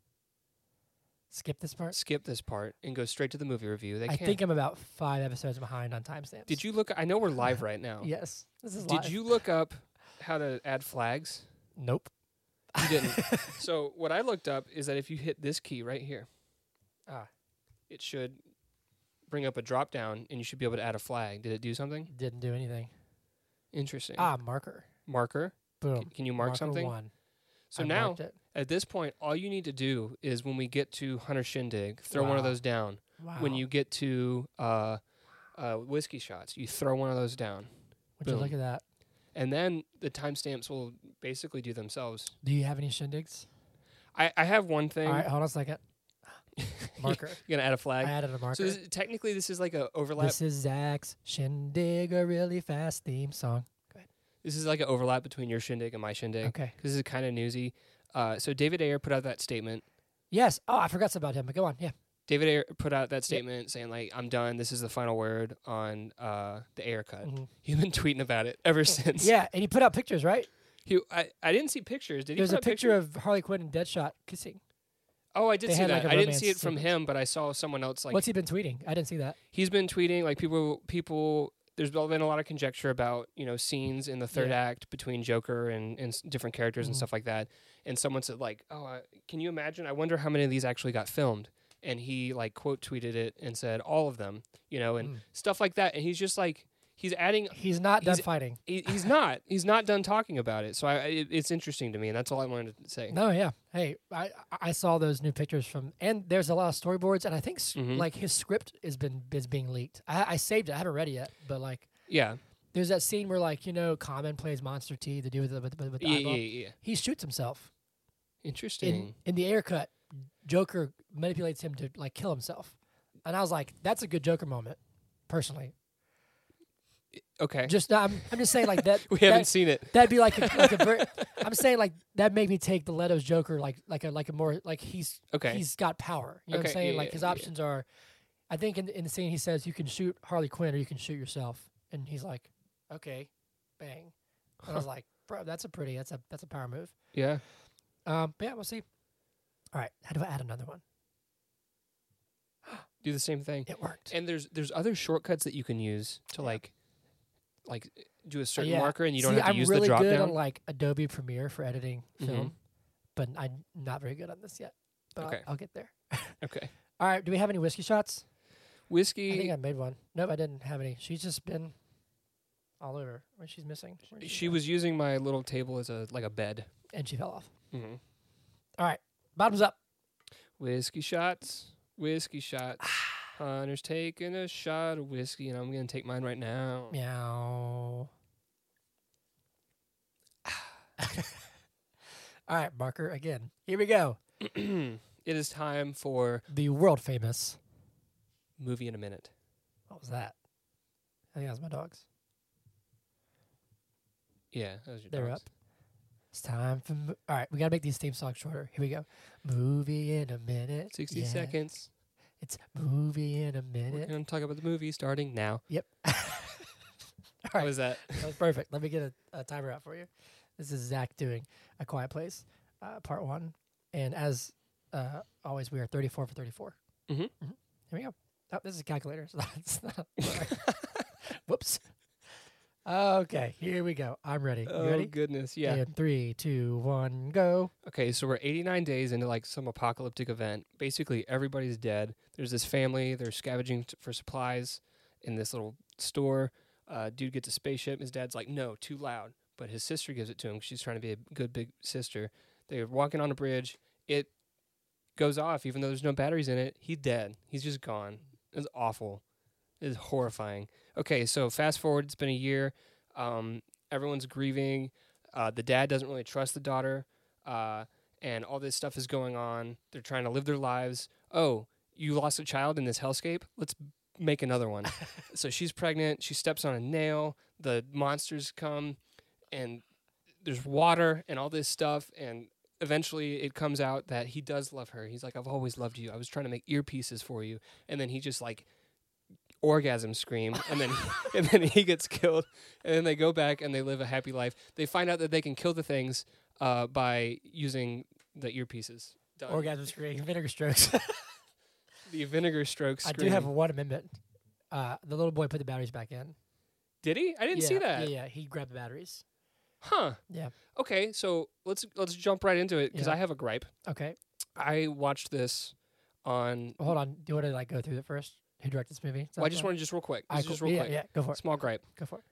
skip this part.
skip this part and go straight to the movie review, they
I
can.
think I'm about five episodes behind on timestamps.
Did you look? I know we're live right now.
Yes. This is
Did
live.
you look up how to add flags?
Nope.
You didn't. so what I looked up is that if you hit this key right here,
Ah.
it should bring up a drop down, and you should be able to add a flag. Did it do something
Didn't do anything.
interesting?
Mm. Ah, marker.
Marker. C-
Boom.
Can you mark
marker
something?
One.
So
I
now,
marked it.
at this point, all you need to do is when we get to Hunter Shindig, throw one of
Wow.
those down.
Wow.
When you get to uh, uh, Whiskey Shots, you throw one of those down.
Would you look
boom.
at that?
And then the timestamps will basically do themselves.
Do you have any shindigs?
I, I have one thing.
All right, hold on a second. Marker.
You're going to add a
I
flag?
added a marker.
so this, technically, this is like a overlap.
this is Zach's shindig, a really fast theme song.
This is like an overlap between your shindig and my shindig.
Okay.
This is kind of newsy. Uh, so David Ayer put out that statement.
Yes. Oh, I forgot something about him. But go on. Yeah.
David Ayer put out that statement saying like, "I'm done. This is the final word on uh, the Ayer cut."
Mhm.
He's been tweeting about it ever since.
Yeah, and he put out pictures, right?
He, I, I didn't see pictures. Did he?
There's
put
a
out
picture of Harley Quinn and Deadshot kissing.
Oh, I did
they
see
had,
that.
like, a
I didn't see it
romance
from
sequence.
him, but I saw someone else like
What's he been tweeting? I didn't see that.
he's been tweeting like people people there's been a lot of conjecture about you know scenes in the third
Yeah.
act between joker and, and s- different characters and
Mhm.
stuff like that and someone said like oh uh, can you imagine i wonder how many of these actually got filmed and he like quote tweeted it and said all of them you know and
Mm.
stuff like that and he's just like he's adding
He's not done
He's-
fighting.
he, he's not he's not done talking about it so I, I it, it's interesting to me and that's all i wanted to say
No, yeah. Hey, I I- I saw those new pictures from, and there's a lot of storyboards, and I think s
Mhm.
like his script has been is being leaked. I, I saved it. I haven't read it yet, but like
yeah
there's that scene where like you know Common plays Monster T, the dude with the, with the, with the
yeah yeah,
eyeball.
yeah.
He shoots himself
interesting
in in the air cut. Joker manipulates him to like kill himself, and I was like, that's a good Joker moment, personally.
okay
Just I'm I'm just saying like that.
we
that-
haven't seen it
That'd be like, a, like a ver- I'm saying like that made me take the Leto's Joker like like a like a more like he's
okay
he's got power. You know what
Okay,
I'm saying?
yeah,
like his
yeah, yeah.
options are, I think in, in the scene he says you can shoot Harley Quinn or you can shoot yourself, and he's like, okay, bang. And I was like, bro, that's a pretty, that's a that's a power move.
yeah
Um, but yeah, we'll see. All right, how do I add another one?
do the same thing
It worked.
And there's there's other shortcuts that you can use to
Yeah.
like like do a certain
yeah.
marker and you don't
see,
have to
I'm
use
really
the drop
good
down.
on like Adobe Premiere for editing
Mhm.
film, but I'm not very good on this yet. But
Okay.
I'll, I'll get there.
okay.
All right, do we have any whiskey shots? I think
Whiskey
I made one. Nope, I didn't have any. She's just been all over. What she's missing. Where'd
she
go?
was using my little table as a like a bed.
and she fell off.
Mm-hmm.
Bottoms up.
Whiskey shots. Whiskey shots.
Ah.
Hunter's taking a shot of whiskey and I'm going to take mine right now.
Meow. all right, marker again. Here we go.
it is time for
The world famous.
movie in a minute.
What was that? I think that was my dogs.
Yeah, that was your
They're
dogs.
up. It's time for. Mo- All right, we gotta make these theme songs shorter. Here we go. Movie in a minute.
60
yeah.
seconds.
It's movie in a
We're
minute.
going to talk about the movie starting now.
Yep.
How
right.
is that?
That was perfect. Let me get a, a timer out for you. This is Zach doing A Quiet Place, uh, part one. And as uh, always, we are 34 for 34.
Mhm.
Here we go. Oh, this is a calculator. It's not, it's not, sorry. Whoops. Okay, here we go. I'm ready. You
Oh,
ready?
goodness. Yeah.
In three, two, one, go.
Okay, so we're 89 days into like some apocalyptic event. Basically, everybody's dead. There's this family, they're scavenging t- for supplies in this little store. Uh, dude gets a spaceship. His dad's like, no, too loud. But his sister gives it to him. 'cause She's trying to be a good big sister. They're walking on a bridge. It goes off, even though there's no batteries in it. He's dead. He's just gone. It's awful. It's horrifying. Okay, so fast forward, it's been a year. Um, everyone's grieving. Uh, the dad doesn't really trust the daughter uh, and all this stuff is going on. They're trying to live their lives. Oh, you lost a child in this hellscape? Let's make another one. so she's pregnant. She steps on a nail. The monsters come, and there's water and all this stuff. And eventually it comes out that he does love her. He's like, I've always loved you. I was trying to make earpieces for you. And then he just like, orgasm scream and then and then he gets killed and then they go back and they live a happy life they find out that they can kill the things uh, by using the earpieces. Done.
Orgasm scream, vinegar strokes.
the vinegar stroke
I
screen.
do have one amendment. Uh, the little boy put the batteries back in.
Did he? I didn't
yeah,
see that.
Yeah, yeah, he grabbed the batteries.
Huh.
Yeah.
Okay, so let's let's jump right into it because
Yeah.
I have a gripe.
Okay,
I watched this on.
well, hold on. Do you want to like go through it first? Who directed this movie?
Well, I just want to just real quick.
I
This is just real
yeah,
quick.
yeah, go for it.
Small gripe.
Go for it.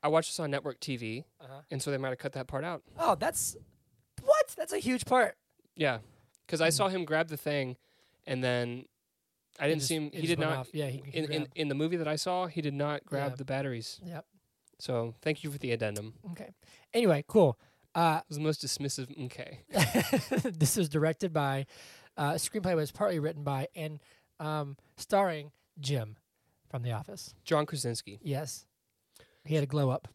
I watched this on network TV,
Uh-huh.
and so they might have cut that part out.
Oh, that's what? That's a huge part.
Yeah, because I saw him grab the thing, and then I didn't
just-
see him.
Hmm. it
He
just
did
went
not.
off. Yeah, he, he
In, in,
grabbed.
in the movie that I saw, he did not grab
Yeah.
the batteries.
Yep.
So thank you for the addendum.
Okay. Anyway, cool. Uh,
It was the most dismissive. Okay.
this was directed by. Uh, screenplay was partly written by and um, starring Jim from The Office.
John Krasinski.
Yes, he had a glow up.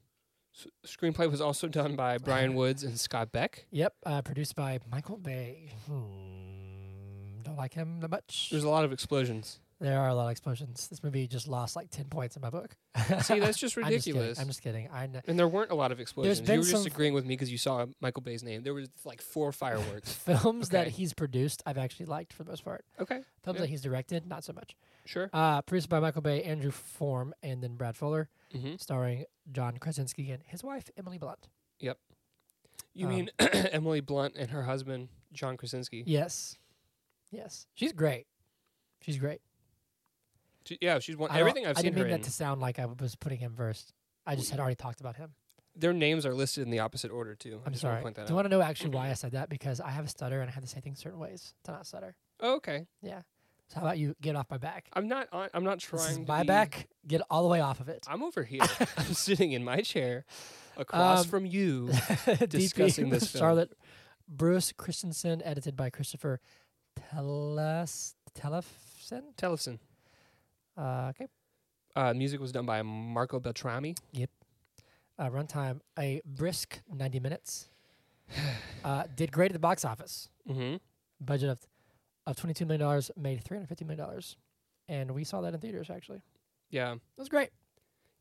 S- screenplay was also done by Brian Woods and Scott Beck.
Yep. Uh, produced by Michael Bay. Hmm. Don't like him that much.
There's a lot of explosions.
There are a lot of explosions. This movie just lost like ten points in my book.
See, that's just
I'm just kidding.
ridiculous.
I'm just kidding. I know.
and there weren't a lot of explosions. You
been
were just
some-
agreeing with me because you saw Michael Bay's name. There was like four fireworks.
Films that
Okay.
he's produced, I've actually liked for the most part.
okay,
Films
Yeah.
that he's directed, not so much.
sure.
Uh, produced by Michael Bay, Andrew Form, and then Brad Fuller,
hmm
starring John Krasinski and his wife Emily Blunt.
You
um,
mean Emily Blunt and her husband John Krasinski?
Yes, yes, she's great. She's great.
She- yeah, she's one.
I don't-
Everything I've
I
seen
didn't
her
mean
in.
that to sound like I was putting him first. I just had already talked about him.
Their names are listed in the opposite order too. I
I'm
just wanna
sorry.
Point
Do
that
you
out.
want to know actually why I said that? Because I have a stutter and I had to say things certain ways to not stutter.
Oh, okay,
Yeah. So how about you get off my back?
I'm not. On, I'm not trying.
This is
to
my
be-
back. Get all the way off of it.
I'm over here. I'm sitting in my chair, across
Um,
from you.
DP,
discussing this film.
Charlotte Bruce Christensen, edited by Christopher Teles Telefson.
Tellefson.
Uh, okay.
Uh, music was done by Marco Beltrami.
Uh, runtime a brisk ninety minutes. uh, did great at the box office.
Mm-hmm.
Budget of of twenty two million dollars made three hundred fifty million dollars, and we saw that in theaters actually.
Yeah,
It was great.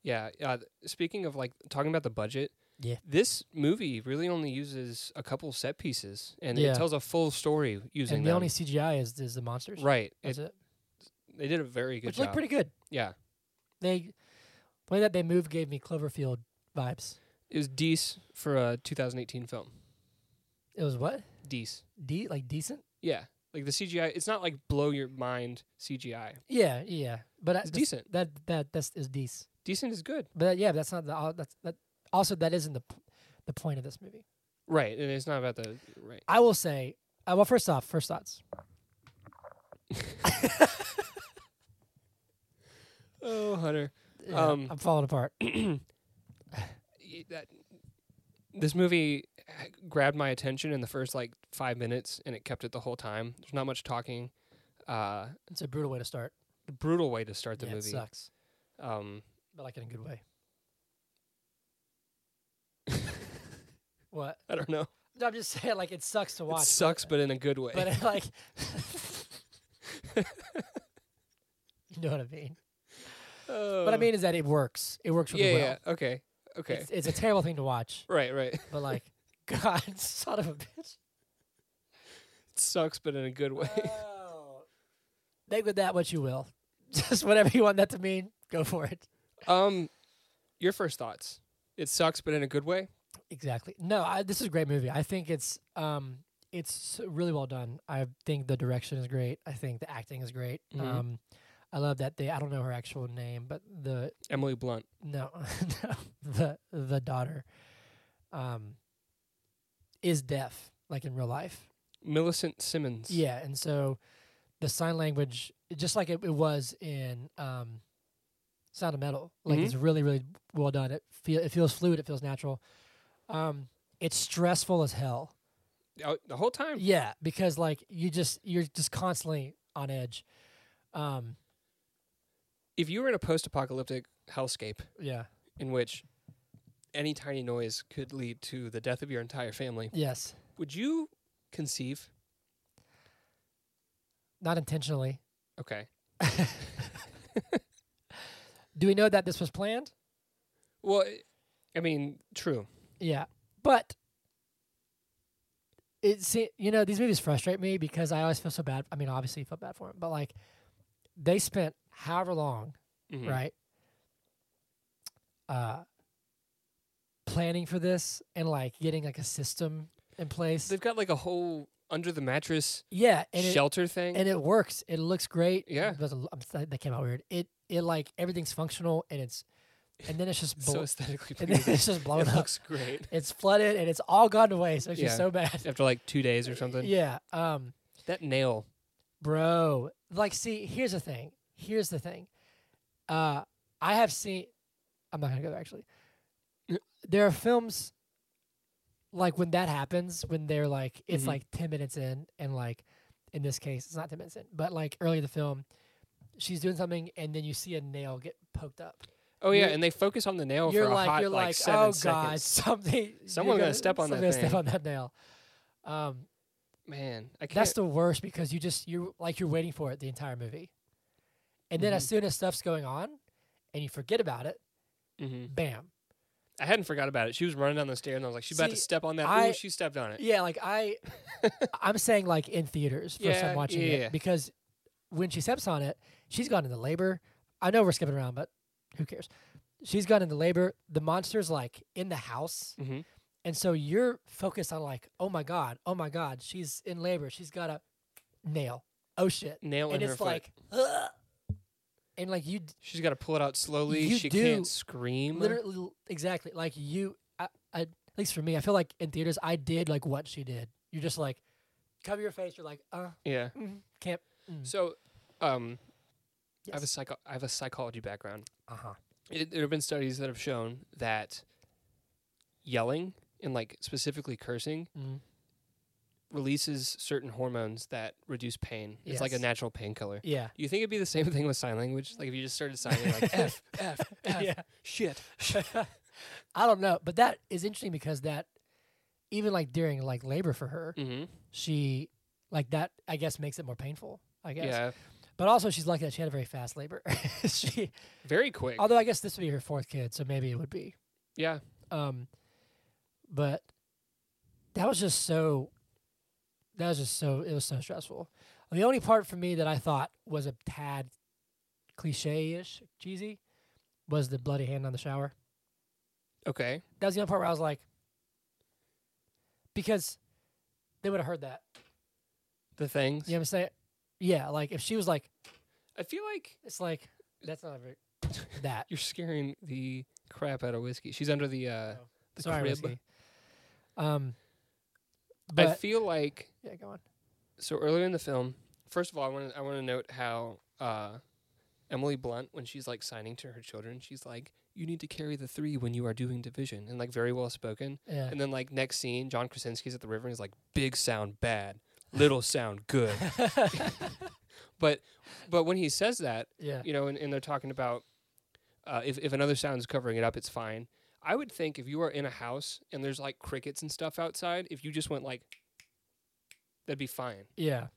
yeah. Uh, th- speaking of like talking about the budget,
Yeah.
this movie really only uses a couple set pieces, and
Yeah.
it tells a full story using
and the
them.
only CGI is is the monsters.
right.
That's
It,
it.
they did a very good
Which
job.
looked pretty good.
yeah,
They the way that they moved gave me Cloverfield vibes.
it was Dees for a 2018 film.
It was what?
Dees.
De- like decent?
Yeah, like the CGI. It's not like blow your mind CGI.
Yeah, yeah. But that's
It's decent.
That that that's is decent.
Decent is good.
But that, yeah, that's not the all that's that also that isn't the p- the point of this movie.
Right, and it's not about the right.
I will say uh, well first off, first thoughts.
Oh, Hunter.
Yeah,
Um,
I'm falling apart.
y- that this movie h- grabbed my attention in the first like five minutes and it kept it the whole time there's not much talking uh
It's a brutal way to start.
brutal way to start the
yeah,
movie
It sucks.
um
But like in a good way. what?
i don't know
No, I'm just saying, like, it sucks to watch.
it sucks, but in a good way.
But, like, you know what I mean? What I
Oh.
mean is that it works. It works really
yeah,
well.
yeah. Okay, okay.
It's, it's a terrible thing to watch,
right, right.
but, like, God, son of a bitch.
It sucks, but in a good way.
Make with that what you will. Just whatever you want that to mean, go for it. Uh.
um, your first thoughts. It sucks, but in a good way.
Exactly. No, I, this is a great movie. I think it's um it's really well done. I think the direction is great. I think the acting is great.
Mhm.
Um I love that they I don't know her actual name, but the
Emily Blunt.
no, no the the daughter um is deaf like in real life.
Millicent Simmons.
Yeah, and so the sign language just like it, it was in um Sound of Metal. Like
Mhm.
it's really really well done. It feel it feels fluid, it feels natural. Um it's stressful as hell.
Oh, the whole time.
Yeah, because like you just you're just constantly on edge. Um,
If you were in a post-apocalyptic hellscape
yeah.
in which any tiny noise could lead to the death of your entire family,
Yes.
would you conceive?
Not intentionally.
Okay.
Do we know that this was planned?
Well, I- I mean, true.
Yeah. But it's you know, these movies frustrate me because I always feel so bad. I mean, obviously you feel bad for him, but like they spent however long,
Mhm.
right? Uh planning for this and like getting like a system in place.
They've got like a whole under the mattress
yeah, and it,
shelter thing.
and it works. It looks great.
Yeah.
It doesn't- I'm sorry, that came out weird. It it like everything's functional and it's and then it's just
so
blo-
aesthetically
and then
pleasing.
it's just blown
it
up.
looks great.
It's flooded and it's all gone away. So it's
Yeah.
just so bad.
After like two days or something.
Yeah. Um,
That nail.
bro. Like, see, here's the thing. Here's the thing. Uh, I have seen. I'm not gonna go there actually. There are films like when that happens, when they're like it's
Mhm.
like ten minutes in, and like in this case, it's not ten minutes in, but like early in the film, she's doing something, and then you see a nail get poked up.
Oh yeah,
You're-
and they focus on the nail
you're
Oh, for a
like,
hot
you're
like,
like,
seven
oh god,
seconds.
something. you're
Someone gonna step on that
somebody's gonna
thing."
Step on that nail. Um,
Man, I can't.
that's the worst because you just you're like you're waiting for it the entire movie, and then
Mm-hmm.
as soon as stuff's going on, and you forget about it,
Mhm.
bam.
I hadn't forgot about it. She was running down the stairs, and I was like, she's about to
See,
step on that. Ooh,
I-
she stepped on it.
Yeah, like I, I'm saying like in theaters first
Yeah,
time watching
yeah.
it because when she steps on it, she's gone into labor. I know we're skipping around, but who cares? She's gone into labor. The monster's like in the house.
Mhm.
And so you're focused on like, oh my god, oh my god, she's in labor. She's got a nail. Oh shit.
Nail
and
in her
it's
foot.
like, "Ugh." and like you d-
she's got to pull it out slowly.
You
she
do
can't scream.
literally l- exactly like you. I, I, at least for me, I feel like in theaters, I did like what she did. You're just like, cover your face. You're like, uh,
Yeah.
mm, can't.
So, um, I have a
Yes.
psycho. I have a psychology background.
Uh huh.
It, there have been studies that have shown that yelling and like specifically cursing
Mm.
releases certain hormones that reduce pain. It's like a
Yes.
natural painkiller.
Yeah.
You think it'd be the same thing with sign language? Like if you just started signing like F F F
Yeah.
shit.
I don't know, but that is interesting because that, even like during like labor for her,
Mm-hmm.
she, like that, I guess makes it more painful. I guess.
Yeah,
But also, she's lucky that she had a very fast labor. she,
very quick.
although I guess this would be her fourth kid, so maybe it would be.
yeah,
Um, but that was just so. That was just so. It was so stressful. The only part for me that I thought was a tad cliche-ish, cheesy, was the bloody hand on the shower.
okay.
That was the only part where I was like, because they would have heard that.
The things.
You know what I'm saying? Yeah, like if she was like,
I feel like
it's like that's not a very that.
you're scaring the crap out of whiskey. She's under the uh,
Oh,
the
Sorry,
crib.
whiskey. Um,
I
but
feel like
yeah, go on.
so earlier in the film. First of all, I want to I want to note how uh, Emily Blunt, when she's like signing to her children, she's like, "You need to carry the three when you are doing division," and like very well spoken.
Yeah.
And then like next scene, John Krasinski's at the river and he's like, "Big sound bad, little sound good." but but when he says that,
yeah.
you know, and, and they're talking about uh, if, if another sound's covering it up, it's fine. I would think if you are in a house and there's like crickets and stuff outside, if you just went like, that'd be fine.
Yeah.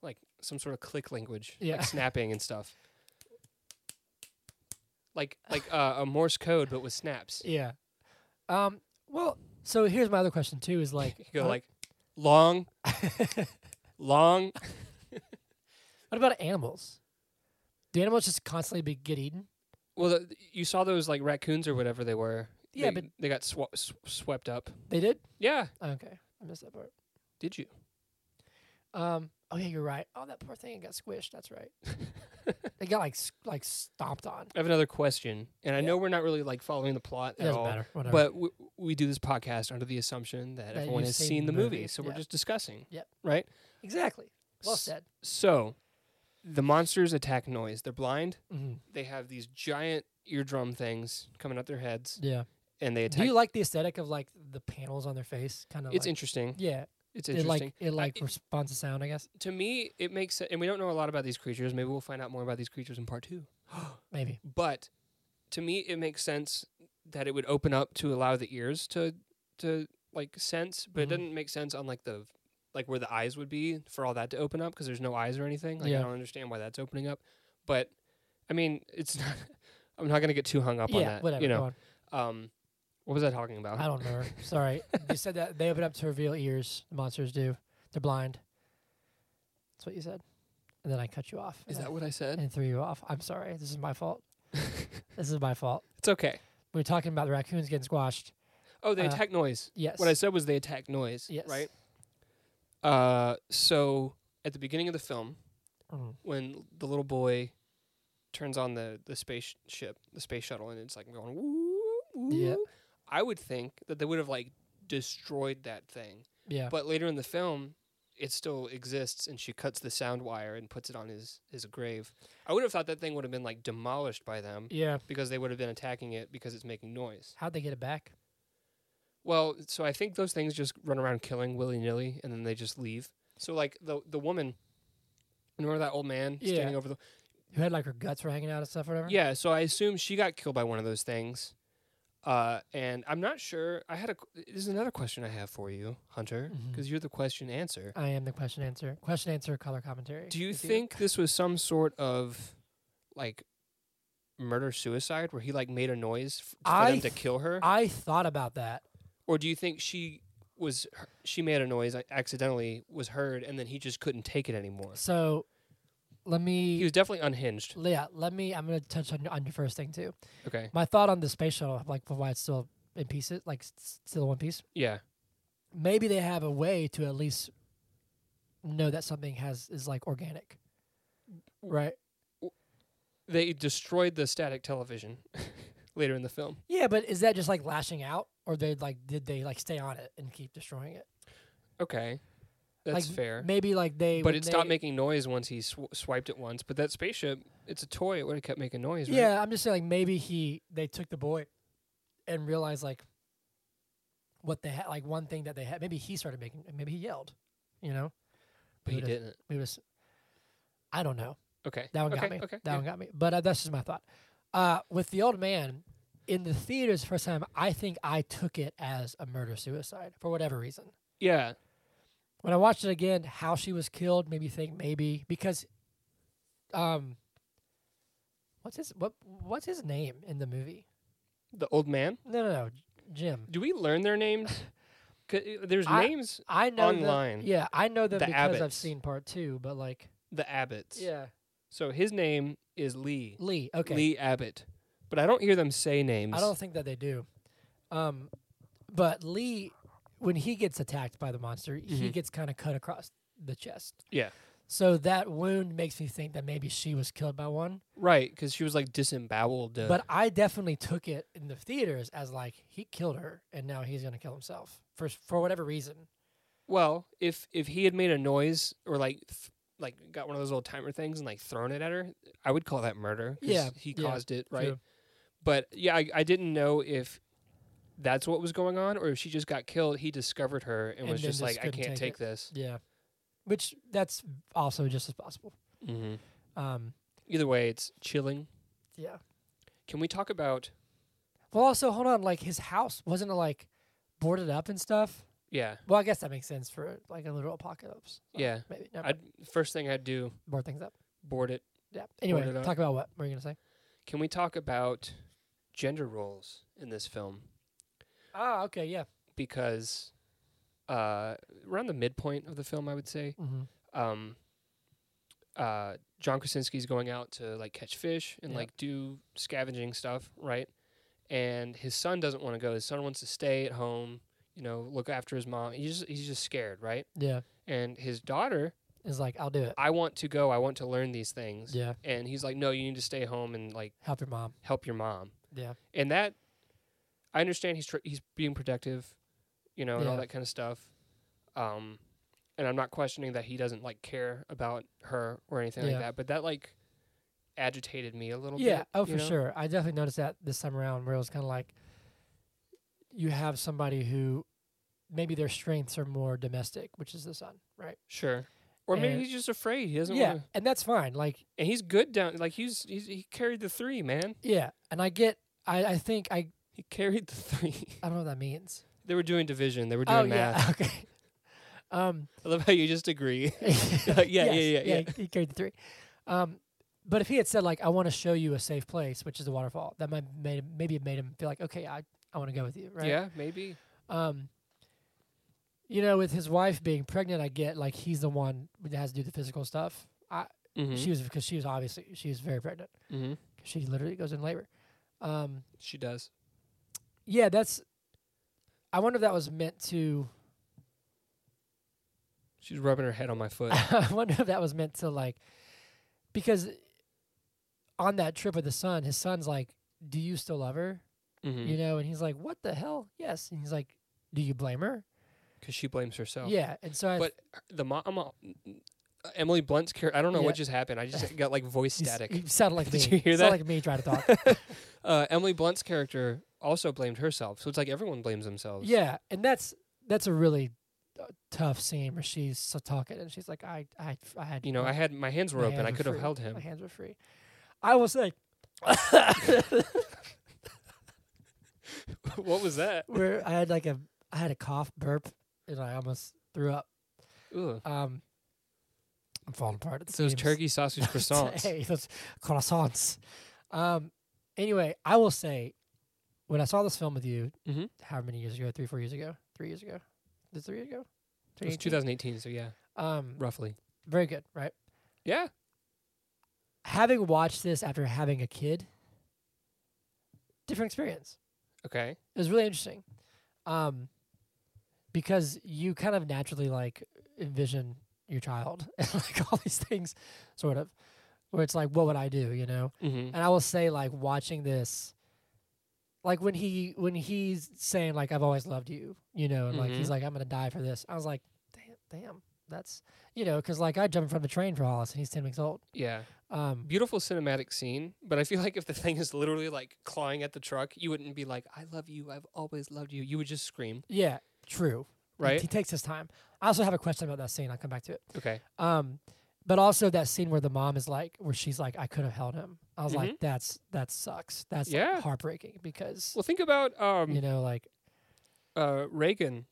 Like some sort of click language,
Yeah.
like snapping and stuff. Like like uh, a Morse code, but with snaps.
Yeah. Um, well, so here's my other question too is like
You go
what-
like long, long.
what about animals? Do animals just constantly be get eaten?
Well, th- you saw those like raccoons or whatever they were.
Yeah,
They-
but-
they got swa- s- swept up.
They did?
Yeah,
Okay. I missed that part.
did you?
Um, oh yeah, you're right. Oh, that poor thing got squished. That's right. they got like s- like stomped on.
I have another question, and I know we're not really like following the plot
It
at
doesn't
all,
matter. Whatever.
but w- we do this podcast under the assumption that,
That
everyone
you've
has
seen
seen the
the
movie,
movie,
so
yeah.
we're just discussing.
Yep.
Right.
exactly. Well
S-
said.
So, the monsters attack noise. They're blind.
Mm-hmm.
They have these giant eardrum things coming out their heads,
Yeah.
and they attack.
Do you like the aesthetic of like the panels on their face? Kind of.
it's
like,
interesting.
Yeah.
It's
It
interesting.
like it like
it-
responds to sound. I guess
to me, it makes sense. And we don't know a lot about these creatures. Maybe we'll find out more about these creatures in part two.
maybe.
But to me, it makes sense that it would open up to allow the ears to to like sense, but
Mhm.
it doesn't make sense on like the like where the eyes would be for all that to open up because there's no eyes or anything. Like
Yeah.
I don't understand why that's opening up. But I mean, it's not. I'm not gonna get too hung up on
yeah.
that.
whatever.
You
go
know.
on.
Um, what was I talking about?
I don't remember. Sorry. You said that they open up to reveal ears. The monsters do. They're blind. That's what you said. And then I cut you off.
Is
and
that
I-
what I said?
and threw you off. I'm sorry. This is my fault. This is my fault.
It's okay.
We were talking about the raccoons getting squashed.
Oh, they
Uh,
attack noise.
Yes.
What I said was they attack noise,
Yes.
right? Uh, so at the beginning of the film,
Mm.
when the little boy turns on the the spaceship, the space shuttle, and it's like going woo, woo,
Yeah.
I would think that they would have like destroyed that thing,
Yeah.
but later in the film, it still exists, and she cuts the sound wire and puts it on his his grave. I would have thought that thing would have been like demolished by them
yeah.
because they would have been attacking it because it's making noise.
How'd they get it back?
Well, so I think those things just run around killing willy nilly, and then they just leave. So like the the woman, remember that old man
Yeah.
standing over the
Who had like her guts were hanging out and stuff or whatever?
yeah. So I assume she got killed by one of those things, uh, and I'm not sure. I had a qu- this is another question I have for you, Hunter,
Mhm.
because you're the question answer.
I am the question answer. Question answer color commentary.
Do you
If
think this was some sort of like murder suicide where he like made a noise f- for
I
them to
th-
kill her,
I thought about that.
or do you think she? Was her, she made a noise like, accidentally was heard and then he just couldn't take it anymore?
So let
He
me
was definitely unhinged.
yeah, let me I'm gonna touch on, on your first thing too.
Okay.
My thought on the space shuttle, like for why it's still in pieces, like s- still in one piece.
Yeah.
Maybe they have a way to at least know that something has is like organic.
Mm.
Right.
They destroyed the static television later in the film.
Yeah, but is that just like lashing out, or they like did they like stay on it and keep destroying it?
Okay. That's
Like,
fair.
Maybe like they.
But
when
it stopped
they-
making noise once he sw- swiped it once. But that spaceship, it's a toy. It would have kept making noise, right?
Yeah, I'm just saying like maybe he they took the boy, and realized like what they had like one thing that they had. Maybe he started making. Maybe he yelled, you know.
But he
Would've-
didn't.
We was. I don't know.
Okay.
That one
okay,
got me.
Okay.
that
yeah.
one got me. But uh, that's just my thought. Uh, with the old man in the theaters first time, I think I took it as a murder suicide for whatever reason.
yeah.
when I watched it again, how she was killed made me think maybe because, um, what's his what what's his name in the movie?
The old man.
No, no, no, Jim.
Do we learn their names? 'Cause, uh, There's
I-
names.
I know them-
Online.
yeah, I know them
The
because I've
Abbotts.
seen part two, but like,
The Abbotts.
yeah,
So his name is Lee.
Lee. Okay,
Lee Abbott. But I don't hear them say names.
I don't think that they do. Um, but Lee, when he gets attacked by the monster, he
Mhm.
gets kind of cut across the chest.
Yeah.
So that wound makes me think that maybe she was killed by one.
Right, because she was like disemboweled. Uh,
But I definitely took it in the theaters as like he killed her and now he's gonna kill himself for s- for whatever reason.
Well, if if he had made a noise or like th- like got one of those old timer things and like thrown it at her, I would call that murder. 'cause
Yeah,
he
yeah,
caused it, right?
True.
But yeah, I, I didn't know if that's what was going on or if she just got killed. He discovered her and,
And
was
then
just
just
like, I
couldn't
can't
take
take, this.
Yeah, which that's also just as possible.
Mm-hmm.
Um,
Either way, it's chilling.
yeah.
Can we talk about
Well, also hold on, like his house wasn't it like boarded up and stuff.
Yeah,
Well, I guess that makes sense for like a little apocalypse. So
yeah.
maybe never
I'd
mind.
first thing I'd do
board things up.
board it.
Yeah. Anyway,
it up.
talk about what were you gonna say?
Can we talk about gender roles in this film?
Ah, okay, yeah.
Because uh, around the midpoint of the film, I would say,
Mm-hmm.
um, uh, John Krasinski's going out to like catch fish and
Yeah.
like do scavenging stuff, right? And his son doesn't want to go. His son wants to stay at home, you know, look after his mom. He's just, he's just scared, right?
Yeah.
And his daughter,
It's like I'll do it.
I want to go. I want to learn these things.
Yeah.
And he's like, no, you need to stay home and like
Help your mom.
help your mom.
Yeah.
And that, I understand he's tr- he's being protective, you know, and all
Yeah.
that kind of stuff. Um, and I'm not questioning that he doesn't like care about her or anything
Yeah.
like that. But that like agitated me a little
Yeah.
bit.
oh,
you
for
know?
sure. I definitely noticed that this time around where it was kind of like you have somebody who maybe their strengths are more domestic, which is the son, right?
Sure. Or maybe
And-
he's just afraid. He doesn't.
yeah.
Wanna,
And that's fine. Like,
and he's good down. Like he's, he's he carried the three, man.
yeah. And I get, I, I think, I,
He carried the three.
I don't know what that means.
they were doing division. They were doing
oh,
math.
yeah. Okay. Um,
I love how you just agree. yeah,
yeah,
yeah, yeah, yeah.
He carried the three. Um, but if he had said like, "I want to show you a safe place, which is the waterfall," that might made him, maybe it made him feel like, "Okay, I, I want to go with you." Right?
Yeah, maybe.
Um, you know, with his wife being pregnant, I get like he's the one that has to do the physical stuff. I
Mm-hmm.
she was because she was obviously she was very pregnant.
mm-hmm.
She literally goes in labor. Um,
She does.
yeah, that's. I wonder if that was meant to.
She's rubbing her head on my foot.
I wonder if that was meant to like, because on that trip with his son, his son's like, "Do you still love her?"
mm-hmm.
You know, and he's like, "What the hell?" Yes, and he's like, "Do you blame her?"
because she blames herself.
Yeah, and so I
Oh. but the mom, Emily Blunt's character. I don't know
Yeah.
what just happened. I just got like voice
you s-
static.
You sounded like me.
Did you hear
Sounded
that?
Like me trying to talk.
Uh, Emily Blunt's character also blamed herself, so it's like everyone blames themselves.
yeah, and that's that's a really uh, tough scene where she's so talking and she's like, "I I I had
you know, I had my hands were
my
open.
hands
I
were
could have
free.
held
My
him.
hands were free. I will say,
what was that?
where I had like a I had a cough burp and I almost threw up.
Ooh,
Um, I'm falling apart. It
it's those
seems.
turkey sausage croissants.
hey, those croissants. Um, anyway, I will say, when I saw this film with you,
Mhm.
how many years ago? Three, four years ago? Three years ago? Just three years ago?
It was
2018?
2018, so yeah,
Um,
roughly.
very good, right?
Yeah,
Having watched this after having a kid, different experience.
okay.
It was really interesting, um, because you kind of naturally like envision your child and like all these things, sort of, where it's like, what would I do? You know.
Mm-hmm.
And I will say, like watching this, like when he when he's saying like I've always loved you, you know, and like he's
Mhm.
like I'm gonna die for this. I was like, damn, damn, that's you know, because like I jumped from the train for Hollis and he's ten weeks old.
Yeah,
Um,
beautiful cinematic scene. But I feel like if the thing is literally like clawing at the truck, you wouldn't be like, "I love you. I've always loved you." You would just scream,
yeah, true. He-
right?
He takes his time. I also have a question about that scene. I'll come back to it.
Okay.
Um, but also that scene where the mom is like, where she's like, I could have held him. I was
Mhm.
like, that's that sucks. That's
Yeah.
heartbreaking because
Well, think about um,
you know, like,
uh, Reagan.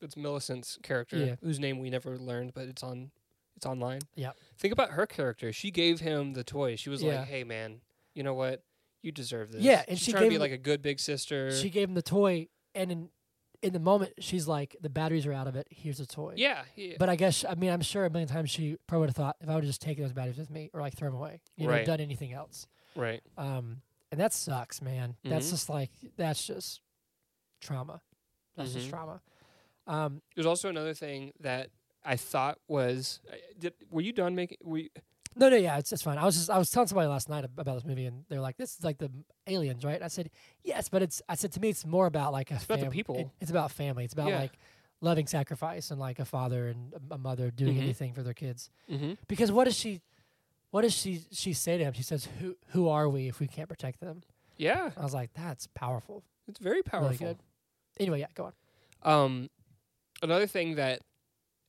That's Millicent's character,
Yeah.
whose name we never learned, but it's on, it's online.
Yep.
Think about her character. She gave him the toy. She was
Yeah.
like, "Hey, man, you know what? You deserve this."
Yeah, and
She's
she
trying to
gave
be
him-
like a good big sister.
she gave him the toy and in in the moment she's like the batteries are out of it here's a toy
yeah, yeah,
but i guess i mean i'm sure a million times she probably would have thought if i would have just taken those batteries with me or like thrown them away you know
Right.
done anything else
right.
um and that sucks man that's
Mhm.
just like that's just trauma that's just
Mhm.
trauma um
There's also another thing that I thought was, I- did, were you done making? Were you,
no no yeah it's, it's fine i was just i was telling somebody last night ab- about this movie and they're like this is like the m- aliens right and i said yes but it's i said to me it's more about like a it's
about the people.
it's about family it's about
Yeah.
like loving sacrifice and like a father and a- a mother doing
Mhm.
anything for their kids
mm-hmm.
Because what does she, what does she she say to him? She says, "Who who are we if we can't protect them?"
Yeah,
I was like, "That's powerful."
it's very powerful.
good. Anyway, yeah, go on.
Um, another thing that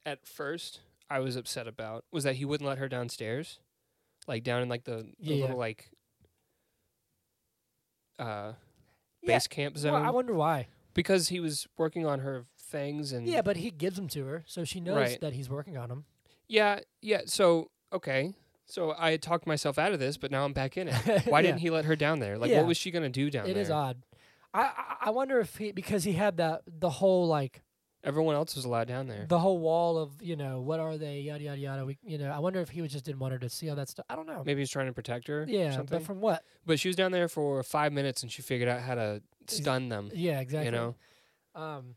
at first I was upset about was that he wouldn't let her downstairs, like down in like the, the
Yeah, yeah.
little like uh
Yeah,
base camp zone
Well, I wonder why.
because he was working on her things and
Yeah, but he gives them to her, so she knows
Right.
that he's working on them.
yeah, yeah, So okay, so I had talked myself out of this, but now I'm back in it. Why didn't he let her down there? Like,
Yeah.
what was she gonna do down
It
there?
is odd. I, I I wonder if he because he had that the whole like
Everyone else was allowed down there.
the whole wall of you know what are they yada yada yada. We you know I wonder if he was just didn't want her to see all that stuff. I don't know.
Maybe he's trying to protect her. or
yeah,
something.
but from what?
But she was down there for five minutes, and she figured out how to stun them.
Yeah, exactly.
You know,
Um,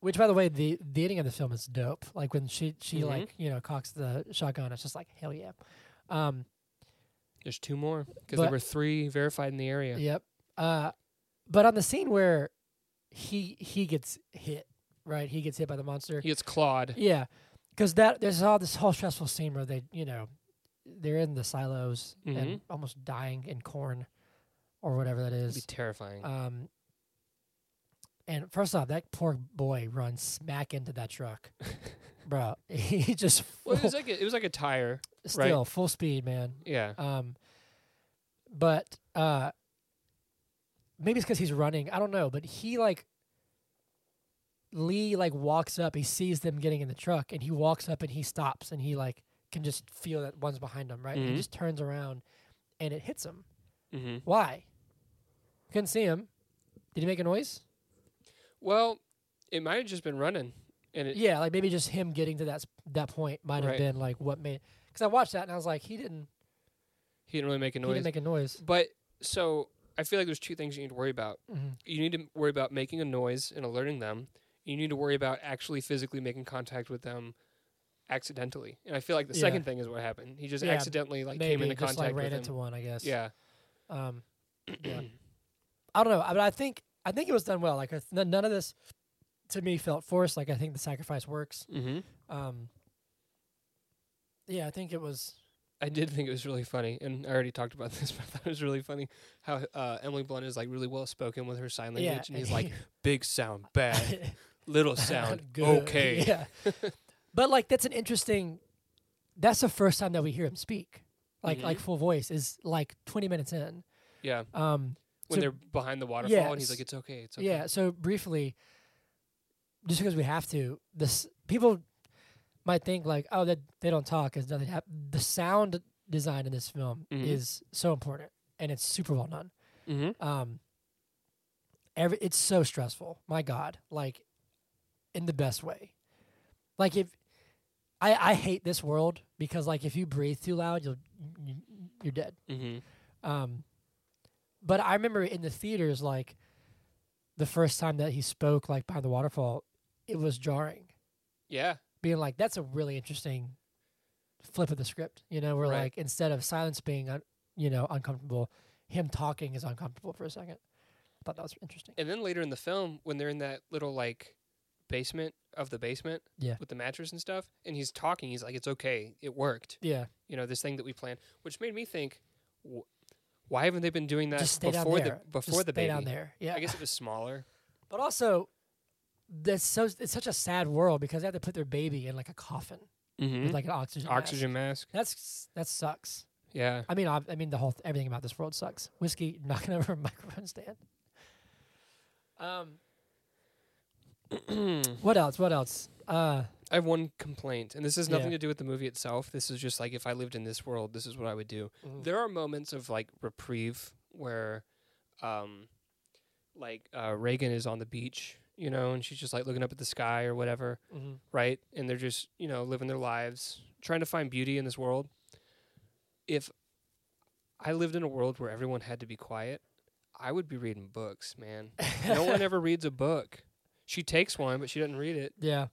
which, by the way, the the ending of the film is dope. Like when she she
Mhm.
like you know cocks the shotgun, it's just like hell yeah. Um,
there's two more because
But-
there were three verified in the area.
yep. Uh, but on the scene where he he gets hit, right? He gets hit by the monster.
He gets clawed.
Yeah, because that there's all this whole stressful scene where they you know they're in the silos and
Mhm.
almost dying in corn or whatever that
It'd be
is.
terrifying.
Um, and first off, that poor boy runs smack into that truck, bro. He just full,
well, it was like a, it was like a tire.
still full speed, man.
Yeah.
Um, but uh, maybe it's because he's running. I don't know, but he like Lee like walks up. He sees them getting in the truck, and he walks up and he stops, and he like can just feel that one's behind him, right? And he
Mhm.
just turns around, and it hits him.
Mm-hmm.
Why? Couldn't see him. Did he make a noise?
Well, it might have just been running, and it,
yeah, like maybe just him getting to that s- that point might have
Right.
been like what made. Because I watched that and I was like, he didn't.
he didn't really make a
He
noise.
didn't make a noise.
but so I feel like there's two things you need to worry about.
Mhm.
You need to worry about making a noise and alerting them. You need to worry about actually physically making contact with them accidentally. And I feel like the
Yeah.
second thing is what happened. He just
Yeah,
accidentally like
maybe
came into
just
contact
like
with
ran
him.
into one, I guess.
yeah.
Um, yeah. I don't know, but I think I think it was done well. Like I th- n- none of this to me felt forced. Like I think the sacrifice works.
Mm-hmm.
Um, yeah, I think it was.
I did think it was really funny, and I already talked about this, but I thought it was really funny how uh, Emily Blunt is like really well spoken with her sign language,
Yeah,
and he's like big sound bad, little sound
Good.
okay.
Yeah. but like that's an interesting that's the first time that we hear him speak. Like
Mhm.
like full voice is like 20 minutes in.
Yeah,
Um
when
So-
they're behind the waterfall, and
Yes.
he's like, "It's okay, it's okay."
yeah, so briefly just because we have to this people might think like oh that they don't talk is nothing hap- the sound design in this film
Mhm.
is so important and it's super well done.
Mm-hmm.
Um every it's so stressful. My god, like in the best way. Like if I I hate this world because like if you breathe too loud, you'll you, you're dead.
Mm-hmm.
Um but I remember in the theaters like the first time that he spoke like behind the waterfall, it was jarring.
Yeah,
Being like that's a really interesting flip of the script, you know, where
Right.
like instead of silence being un- you know uncomfortable, him talking is uncomfortable for a second. I thought that was interesting.
and then later in the film, when they're in that little like basement of the basement,
Yeah.
with the mattress and stuff, and he's talking, he's like, "It's okay, it worked."
Yeah.
You know, this thing that we planned, which made me think, wh- why haven't they been doing that
Just stay down
before the
there.
before
Just
the
stay
baby?
down there. Yeah.
I guess it was smaller.
But also, that's so it's such a sad world because they have to put their baby in like a coffin
Mm-hmm.
with like an oxygen. mask.
Oxygen mask.
That's that sucks.
Yeah.
I mean, ob- I mean the whole everything about this world sucks. Whiskey knocking over a microphone stand. Um,
I
what else? What else? Uh,
have one complaint, and this has nothing
Yeah.
to do with the movie itself. This is just like if I lived in this world, this is what I would do.
Mhm.
There are moments of like reprieve where, um, like uh, Reagan is on the beach, you know, and she's just like looking up at the sky or whatever, right? And they're just, you know, living their lives, trying to find beauty in this world. If I lived in a world where everyone had to be quiet, I would be reading books, man. no one ever reads a book. She takes one, but she doesn't read it.
yeah.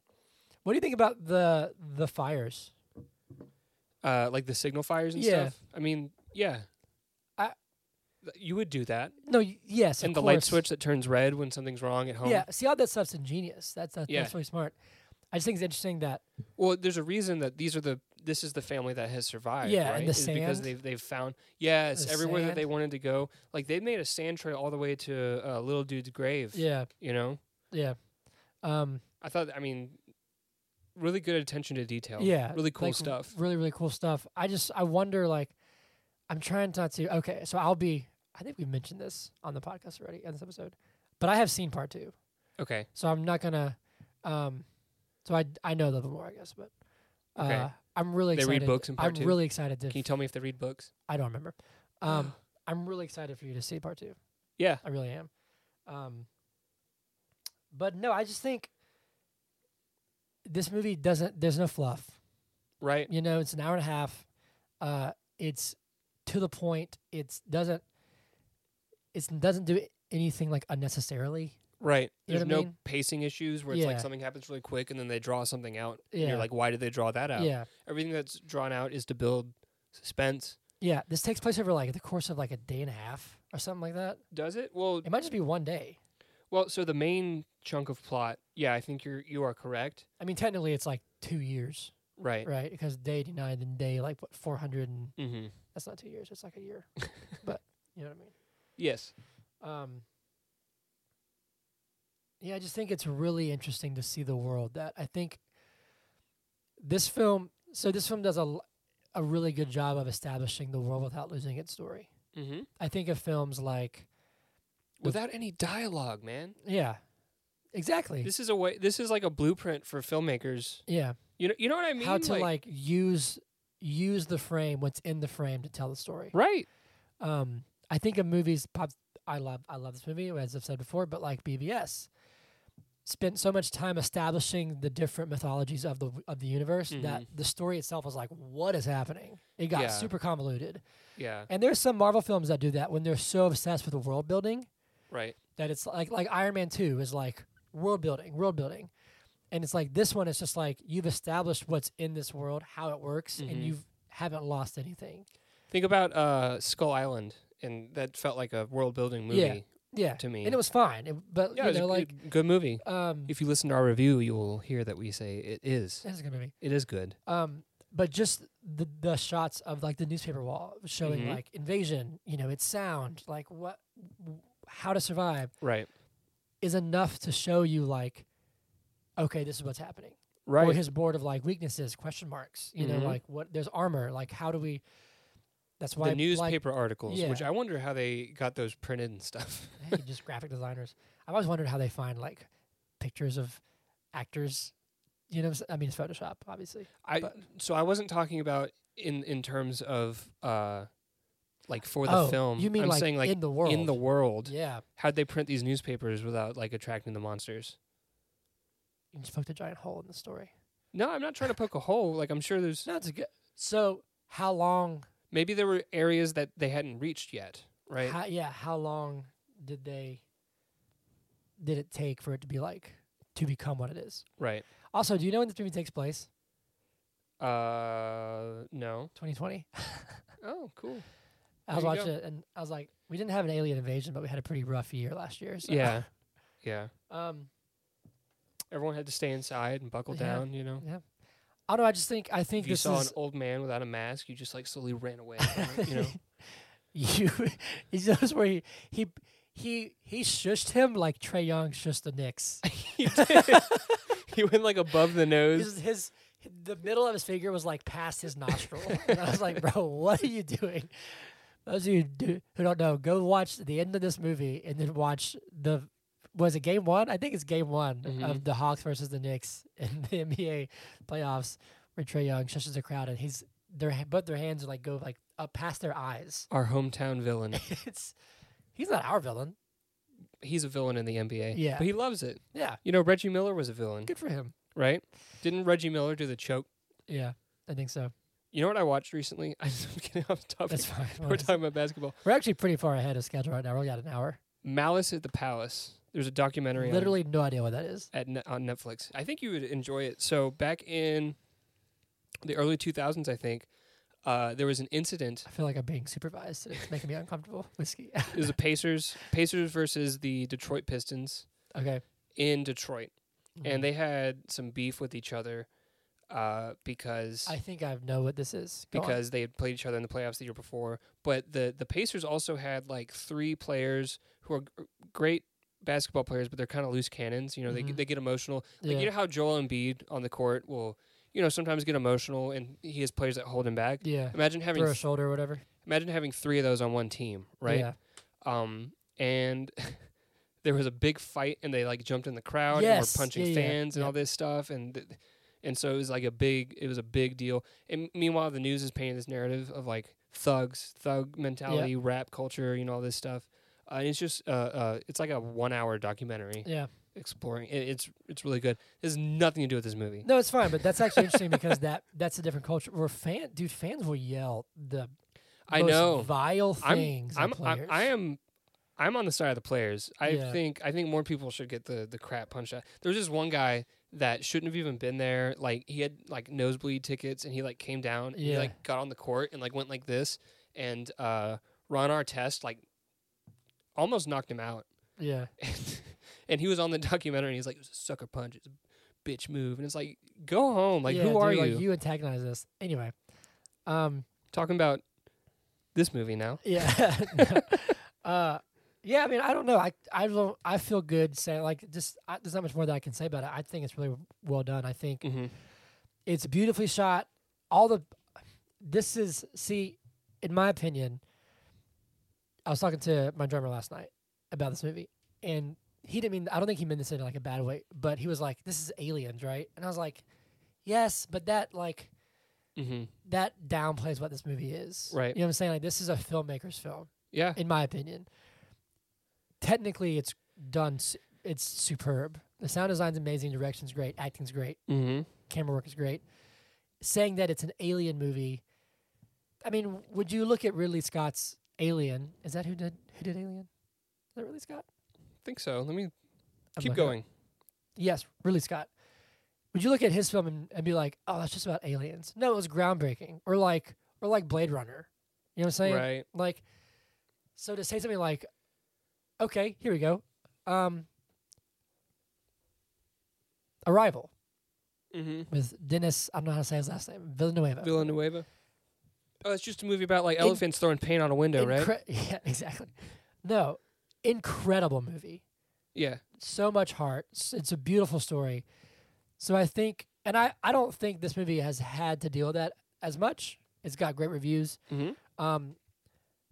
What do you think about the the fires?
Uh, like the signal fires and
Yeah.
stuff. I mean, yeah.
I-
Th- you would do that.
No, y- yes, of
and the light
course.
switch that turns red when something's wrong at home.
Yeah, see, all that stuff's ingenious. That's that's,
Yeah.
that's really smart. I just think it's interesting that
Well, there's a reason that these are the this is the family that has survived.
Yeah, and
right?
the
Is because
sand.
they've they've found yes
The
everywhere that they
sand.
wanted to go. Like they made a sand trail all the way to uh, little dude's grave.
yeah,
you know.
yeah. Um,
I thought I mean, really good attention to detail.
Yeah,
really cool
like,
stuff.
Really, really cool stuff. I just I wonder like I'm trying not to okay, so I'll be I think we mentioned this on the podcast already in this episode, but I have seen part two,
Okay.
so I'm not gonna. Um, so I I know a little more, I guess, but uh,
Okay.
I'm really
They
excited.
read books in part
I'm
two?
really excited to.
Can you tell me if they read books?
I don't remember. Um, I'm really excited for you to see part two.
Yeah.
I really am. Um, but no, I just think this movie doesn't. There's no fluff.
Right.
You know, it's an hour and a half. Uh, it's to the point. It's doesn't. It doesn't do anything like unnecessarily.
Right.
You know
There's
what I
no
mean?
pacing issues where it's like
Yeah.
something happens really quick and then they draw something out. And
Yeah.
you're like, why did they draw that out?
Yeah,
Everything that's drawn out is to build suspense.
yeah. This takes place over like the course of like a day and a half or something like that.
Does it? Well,
It might just be one day.
well. So the main chunk of plot. Yeah, I think you're you are correct.
I mean, technically, it's like two years,
Right.
right? Because day eighty nine and day like what four hundred and
Mm-hmm.
that's not two years. It's like a year, but you know what I mean.
Yes.
Um, yeah, I just think it's really interesting to see the world that I think this film. So this film does a l- a really good job of establishing the world without losing its story.
Mm-hmm.
I think of films like
Without any dialogue, man.
yeah, exactly
This is a way. This is like a blueprint for filmmakers.
yeah
You know. You know what I mean?
how to like, use use the frame what's in the frame to tell the story.
Right.
Um, I think of movies pop. I love I love this movie as I've said before, but like BBS spent so much time establishing the different mythologies of the of the universe that the story itself was like, what is happening? It got
Mm-hmm. Yeah.
super convoluted.
Yeah.
And there's some Marvel films that do that when they're so obsessed with the world building
Right.
that it's like like Iron Man Two is like world building, world building. And it's like this one is just like you've established what's in this world, how it works, and
Mhm.
you haven't lost anything.
Think about uh, Skull Island, and that felt like a world building movie
Yeah.
to me.
And it was fine. It- but
yeah,
you
it was
know,
a
like
good, good movie.
um
If you listen to our review, you will hear that we say it is.
That's a good movie.
It is good.
Um, but just the the shots of like the newspaper wall showing
Mhm.
like invasion, you know, its sound, like what, how to survive,
Right.
is enough to show you like, okay, this is what's happening. Or
Right.
his board of like weaknesses, question marks. You
Mhm.
know, like what there's armor. Like how do we? That's why
The
like,
newspaper articles,
Yeah.
which I wonder how they got those printed and stuff.
hey, just graphic designers. I've always wondered how they find like pictures of actors. You know, what I'm sa- I mean, it's Photoshop, obviously.
I
But-
so I wasn't talking about in in terms of uh, like for the
Oh,
film.
you mean
I'm
like,
saying like
in the world?
in the world.
yeah.
How'd they print these newspapers without like attracting the monsters?
You just poked a giant hole in the story.
No, I'm not trying to poke a hole. Like I'm sure there's
No, it's a good. So how long?
maybe there were areas that they hadn't reached yet. Right.
How, yeah, how long did they? Did it take for it to be like to become what it is?
Right.
Also, do you know when this movie takes place?
Uh, no.
2020.
Oh, cool.
I was
There you
watching it and I was like, we didn't have an alien invasion, but we had a pretty rough year last year. So.
Yeah. Yeah.
Um.
Everyone had to stay inside and buckle
Yeah.
down, you know.
I don't know. I just think I think
If you
this
saw
is
an old man without a mask, you just like slowly ran away, from it, you know.
you. Is those where he he he he shushed him like Trey Young shushed the Knicks.
he did. he went like above the nose.
his, his the middle of his finger was like past his nostril. and I was like, bro, what are you doing? Those of you do, who don't know, go watch the end of this movie and then watch the was it game one? I think it's game one
Mhm.
of the Hawks versus the Knicks in the NBA playoffs where Trey Young shushes the crowd and he's their ha- both their hands are like go like up past their eyes.
Our hometown villain.
it's he's not our villain.
He's a villain in the NBA.
Yeah.
But he loves it.
Yeah,
You know, Reggie Miller was a villain,
good for him.
right? Didn't Reggie Miller do the choke?
Yeah, I think so.
You know what I watched recently? I'm getting off topic.
That's fine.
We're talking about basketball.
We're actually pretty far ahead of schedule right now. We got an hour.
Malice at the Palace. There's a documentary on-
Literally no idea what that is.
at ne- on Netflix. I think you would enjoy it. So back in the early 2000s, I think, uh, there was an incident
I feel like I'm being supervised. today. It's making me uncomfortable. Whiskey.
It was the Pacers, Pacers versus the Detroit Pistons
okay.
in Detroit,
Mm-hmm.
and they had some beef with each other uh, because
I think I know what this is. Go on.
because they had played each other in the playoffs the year before. But the the Pacers also had like three players who are g- great basketball players, but they're kind of loose cannons. You know, they
Mhm.
get they get emotional. Like
Yeah.
you know how Joel Embiid on the court will, you know, sometimes get emotional, and he has players that hold him back.
yeah,
Imagine having
throw a shoulder or whatever.
imagine having three of those on one team, right?
Yeah.
Um, and there was a big fight, and they like jumped in the crowd and
Yes,
were punching
yeah, yeah,
fans and
yep.
all this stuff, and th- and so it was like a big, it was a big deal. And meanwhile, the news is painting this narrative of like thugs, thug mentality, rap culture, you know, all this stuff. Uh, and it's just, uh, uh, it's like a one-hour documentary
Yeah.
exploring. It, it's it's really good. It has nothing to do with this movie.
No, it's fine, but that's actually interesting because that that's a different culture. Where fan, dude, fans will yell the
I
most
know.
vile
I'm-
things. at
I'm,
players.
I, I am I'm on the side of the players. I
Yeah.
think I think more people should get the the crap punched out. There was this one guy that shouldn't have even been there. Like he had like nosebleed tickets and he like came down and he
Yeah.
like got on the court and like went like this and uh Ron Artest like almost knocked him out.
yeah,
and he was on the documentary and he's like it was a sucker punch. It's a bitch move and it's like go home. Like
Yeah,
who are
dude,
you?
Like, you antagonize us anyway. Um,
Talking about this movie now.
Yeah. uh, yeah, I mean, I don't know. I I don't, I feel good saying like just I, there's not much more that I can say about it. I think it's really well done. I think
Mhm.
it's beautifully shot. All the this is see, in my opinion, I was talking to my drummer last night about this movie, and he didn't mean. I don't think he meant this in like a bad way, but he was like, "This is aliens, right?" And I was like, "Yes, but that like."
Mhm.
That downplays what this movie is.
Right.
You know what I'm saying? Like, this is a filmmaker's film
Yeah.
in my opinion. Technically, it's done. s- It's superb. The sound design's amazing. Direction's great. Acting's great.
Mhm.
Camera work is great. Saying that it's an alien movie, I mean, would you look at Ridley Scott's Alien? Is that who did who did Alien? Is that Ridley Scott?
think so. Let me
I'm
keep
looking up.
going.
Yes, Ridley Scott. Would you look at his film and, and be like, "Oh, that's just about aliens"? No, it was groundbreaking, or like, or like Blade Runner. You know what I'm saying?
Right.
Like, so to say something like, okay, here we go. Um, Arrival
Mm-hmm.
with Dennis, I don't know how to say his last name, Villanueva.
Villanueva. Oh, it's just a movie about like elephants throwing paint on a window, right?
Incre- Yeah, exactly. No, incredible movie.
Yeah.
So much heart. S- It's a beautiful story. So I think, and I, I don't think this movie has had to deal with that as much. It's got great reviews.
Mm-hmm.
Um,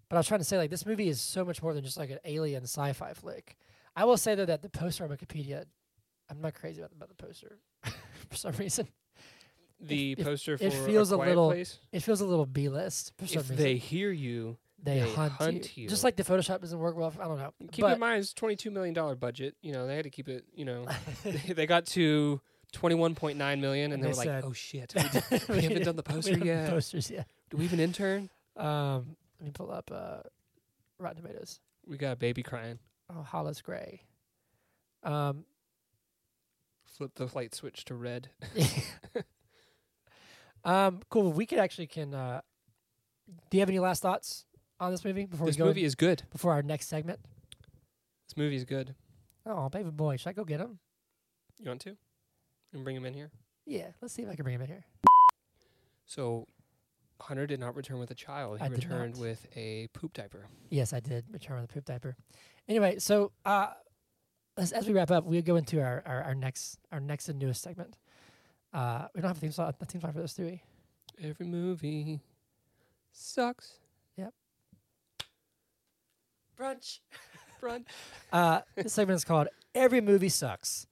but I was trying to say like this movie is so much more than just like an alien sci-fi flick. I will say though that the poster on Wikipedia, I'm not crazy about, about the poster for some reason.
The
If- if-
poster for
it feels
a,
a
quiet
little-
place.
It feels a little B-list for some
If
reason.
they hear you,
they,
they
hunt,
hunt
you.
you.
just like the Photoshop doesn't work well. For, I don't know.
keep
but
in mind it's twenty-two million dollar budget. You know they had to keep it. You know they, they got to twenty-one point nine million, and they,
They
were like,
said-
"Oh shit, we, did, we haven't done the
we
poster
haven't done
yet.
Posters yet.
Do we have an intern?
Um, let me pull up uh, Rotten Tomatoes.
We got a baby crying.
Oh, Hollis Gray. Um,
Flip the light switch to red.
um, cool. We could actually can. Uh, do you have any last thoughts on this movie before
this
we go
movie is good.
before our next segment?
This movie is good.
Oh, baby boy, should I go get him?
You want to? And bring him in here.
Yeah, let's see if I can bring him in here.
So Hunter did not return with a child. He
I did not.
returned with a poop diaper.
Yes, I did return with a poop diaper. Anyway, so uh, as, as we wrap up, we'll go into our, our, our next our next and newest segment. Uh, we don't have a theme song, a theme song for this, do we?
Every movie sucks.
Yep.
Brunch. Brunch.
Uh, this segment is called "Every Movie Sucks."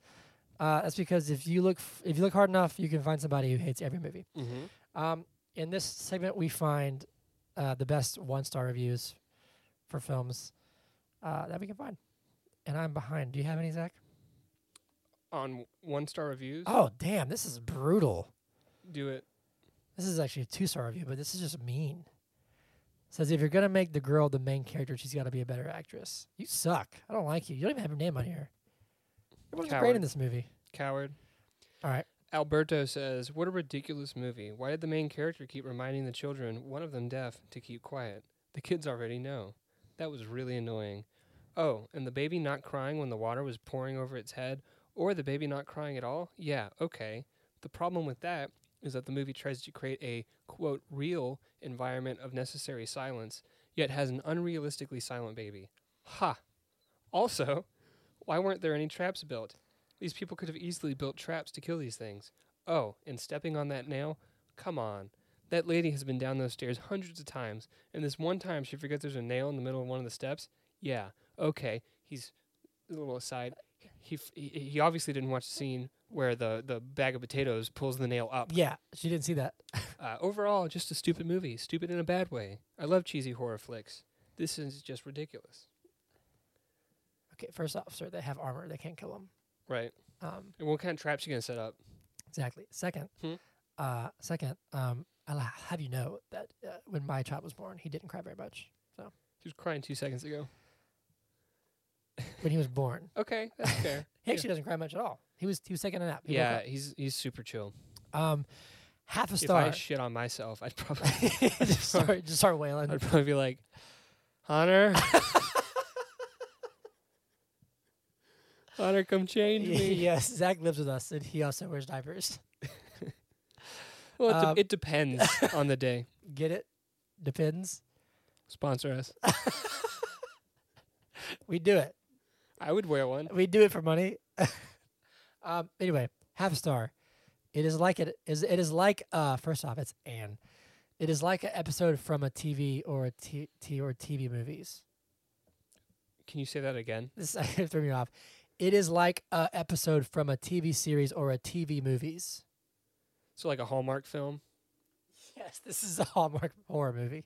Uh, that's because if you look f- if you look hard enough, you can find somebody who hates every movie.
Mm-hmm.
Um, in this segment, we find uh, the best one star reviews for films uh, that we can find. And I'm behind. Do you have any, Zach?
On one star reviews,
Oh, damn. This is brutal.
do it.
This is actually a two star review, but this is just mean. says, if you're going to make the girl the main character, she's got to be a better actress. You suck. I don't like you. You don't even have your name on here. Everyone's great
Coward.
in this movie.
Coward.
All right.
Alberto says, What a ridiculous movie. Why did the main character keep reminding the children, one of them deaf, to keep quiet? The kids already know. That was really annoying. Oh, and the baby not crying when the water was pouring over its head, or the baby not crying at all? Yeah, okay. The problem with that is that the movie tries to create a, quote, real environment of necessary silence, yet has an unrealistically silent baby. Ha! Also, why weren't there any traps built? These people could have easily built traps to kill these things. Oh, and stepping on that nail? Come on. That lady has been down those stairs hundreds of times, and this one time she forgets there's a nail in the middle of one of the steps? yeah, okay. He's a little aside. He f- he, he obviously didn't watch the scene where the the bag of potatoes pulls the nail up.
Yeah, she didn't see that.
Uh, overall, just a stupid movie. Stupid in a bad way. I love cheesy horror flicks. This is just ridiculous.
Okay, first off, sir, they have armor. They can't kill him.
Right.
Um,
And what kind of traps you gonna set up?
exactly. Second,
Hmm.
uh, second, um, I'll ha- have you know that uh, when my child was born, he didn't cry very much.
He was crying two seconds ago.
When he was born,
Okay, that's fair.
he actually doesn't cry much at all. He was he was taking a nap. He woke
yeah, he's he's super chill.
up. Um, half a
If I
star.
shit on myself, I'd probably
just start just start wailing.
I'd probably be like, Hunter, Hunter, come change me.
yes, Zach lives with us, and he also wears diapers.
Well, it, de-
Um,
it depends on the day.
Get it? Depends.
Sponsor us.
We do it.
I would wear one.
We do it for money. um. Anyway, half a star. It is like it is. It is like uh. First off, it's Anne. It is like an episode from a TV or a t, t or TV movies.
Can you say that again?
This threw me off. It is like a episode from a TV series or a TV movies.
So like a Hallmark film.
Yes, this is a Hallmark horror movie.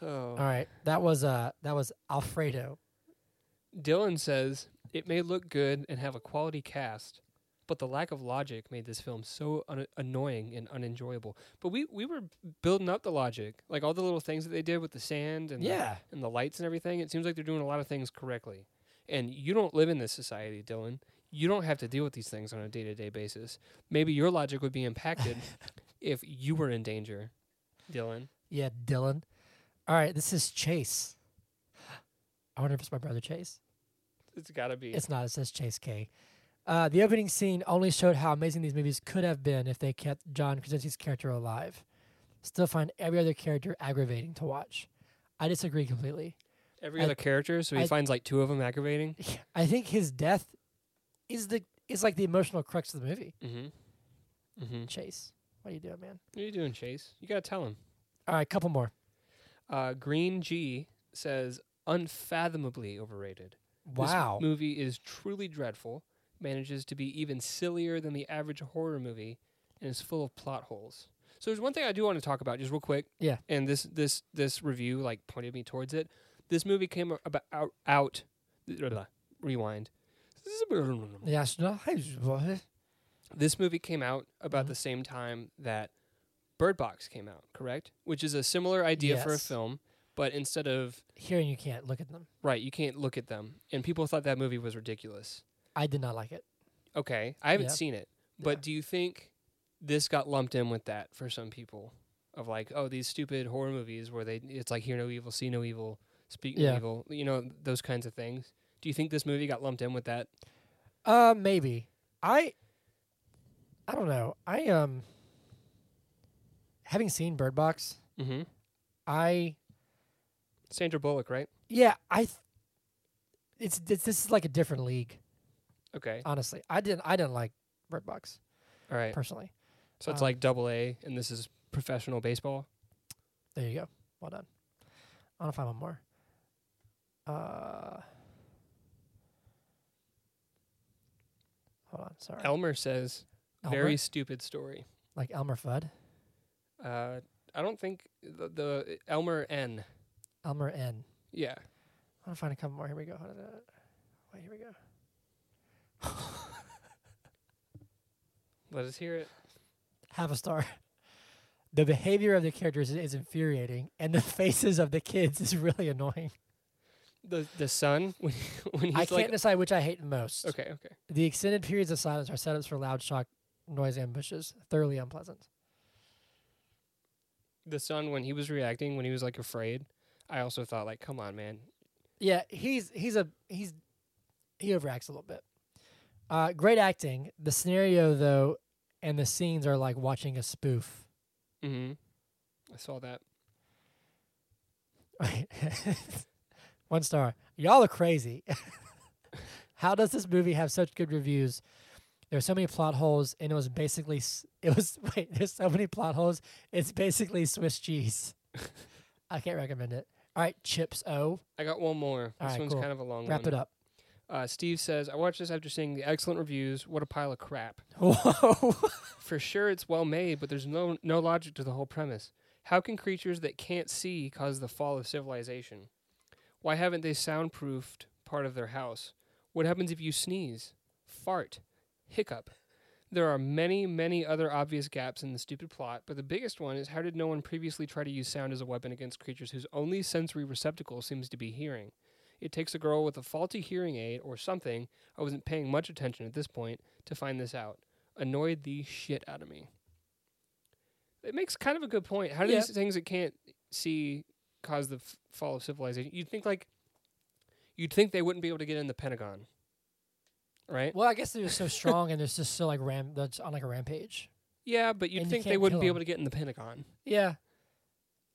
Oh.
All right, that was uh that was Alfredo.
Dylan says it may look good and have a quality cast, but the lack of logic made this film so un- annoying and unenjoyable. But we we were building up the logic, like all the little things that they did with the sand and the-
Yeah.
and the lights and everything. It seems like they're doing a lot of things correctly. And you don't live in this society, Dylan. You don't have to deal with these things on a day to day basis. Maybe your logic would be impacted if you were in danger, Dylan.
Yeah, Dylan. All right, this is Chase. I wonder if it's my brother Chase.
It's got to be.
It's not. It says Chase K. Uh, the opening scene only showed how amazing these movies could have been if they kept John Krasinski's character alive. Still find every other character aggravating to watch. I disagree completely.
Every
I-
other character, so he
I-
finds like two of them aggravating.
I think his death is the is like the emotional crux of the movie.
Mm hmm. Mm hmm.
Chase, what are you doing, man?
What are you doing, Chase? You gotta tell him.
All right, couple more.
Uh, Green G says unfathomably overrated.
Wow.
This movie is truly dreadful. Manages to be even sillier than the average horror movie, and is full of plot holes. So there's one thing I do want to talk about, just real quick.
Yeah.
And this this this review like pointed me towards it. This movie came a- about out, out rewind.
Yeah, it's not-
this movie came out about
Mhm.
the same time that Bird Box came out, correct? Which is a similar idea for a
Yes.
film, but instead of
Hearing you can't look at them.
right, you can't look at them, and people thought that movie was ridiculous.
I did not like it.
Okay, I haven't
Yeah.
seen it, but
Yeah.
do you think this got lumped in with that for some people of like, oh, these stupid horror movies where they it's like hear no evil, see no evil, speak no
Yeah.
evil, you know those kinds of things. Do you think this movie got lumped in with that?
Uh, maybe. I. I don't know. I um. Having seen Bird Box,
Mm-hmm.
I
Sandra Bullock, right?
yeah I. Th- it's, it's this is like a different league.
Okay,
Honestly, I didn't I didn't like Bird Box
all right.
personally.
So it's
Um,
like double A, and this is professional baseball.
There you go. Well done. I want to find one more. Uh. Hold on, sorry.
Elmer says,
Elmer?
very stupid story.
like Elmer Fudd,
Uh, I don't think the, the Elmer N.
Elmer N.
Yeah.
I want to find a couple more. Here we go. Hold on, uh, Wait, here we go.
Let us hear it.
half a star. The behavior of the characters is infuriating, and the faces of the kids is really annoying.
The the son when, when he's
I can't
like
decide which I hate most.
okay okay
The extended periods of silence are setups for loud shock noise ambushes, thoroughly unpleasant.
the son when he was reacting when he was like afraid. I also thought like come on man
Yeah, he's he's a he's he overacts a little bit. Uh, great acting. The scenario though, and the scenes are like watching a spoof.
mm-hmm. I saw that
One star. Y'all are crazy. How does this movie have such good reviews? There's so many plot holes, and it was basically s- it was wait. There's so many plot holes. It's basically Swiss cheese. I can't recommend it. All right, Chips O.
I got one more.
All
This
right,
one's
cool.
kind of a long
Wrap
one.
it up.
Uh, Steve says, I watched this after seeing the excellent reviews. What a pile of crap.
Whoa.
For sure, it's well made, but there's no, no logic to the whole premise. How can creatures that can't see cause the fall of civilization? Why haven't they soundproofed part of their house? What happens if you sneeze, fart, hiccup? There are many, many other obvious gaps in the stupid plot, but the biggest one is how did no one previously try to use sound as a weapon against creatures whose only sensory receptacle seems to be hearing? It takes a girl with a faulty hearing aid or something, I wasn't paying much attention at this point, to find this out. Annoyed the shit out of me. It makes kind of a good point. How do
Yeah.
these things that can't see cause the f- fall of civilization? You'd think like you'd think they wouldn't be able to get in the Pentagon. Right?
well, I guess they're so strong and they're just so like ram. That's on like a rampage.
Yeah, but you'd
And you
think they
can't
wouldn't
kill
be
'em.
able to get in the Pentagon
Yeah.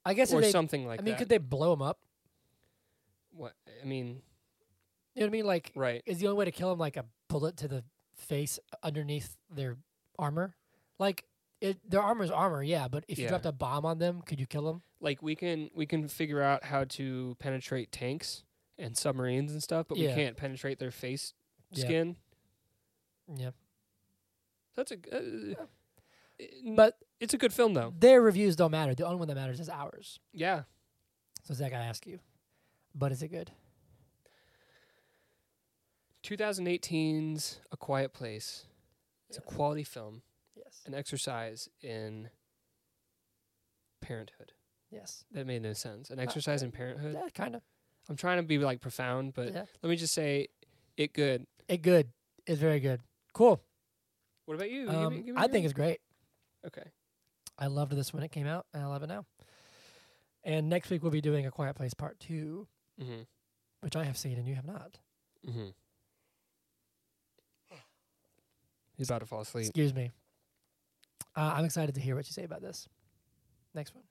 I guess
or
if they.
something like
I mean,
that.
could they blow them up?
what I mean,
You know what I mean? Like,
right.
is the only way to kill them like a bullet to the face underneath their armor? Like, it, their armor's armor, yeah. But if you
Yeah.
dropped a bomb on them, could you kill them?
Like we can we can figure out how to penetrate tanks and submarines and stuff, but
Yeah.
we can't penetrate their face
Yeah.
skin.
Yeah.
That's a g- uh, n-
But
it's a good film though.
their reviews don't matter. The only one that matters is ours.
Yeah.
So Zach, I ask you, but is it good?
2018's A Quiet Place. It's a quality film,
Yes.
an exercise in parenthood.
Yes.
That made no sense. An exercise in parenthood.
Yeah, kind of.
I'm trying to be like profound, but
Yeah.
let me just say it good.
It good. It's very good. Cool.
What about you? Give me-
Um,
give me
I
your-
think it's great.
okay.
I loved this when it came out, and I love it now. And next week we'll be doing a Quiet Place Part Two,
Mm-hmm.
which I have seen and you have not.
Mm-hmm. He's about to fall asleep.
Excuse me. Uh, I'm excited to hear what you say about this. Next one.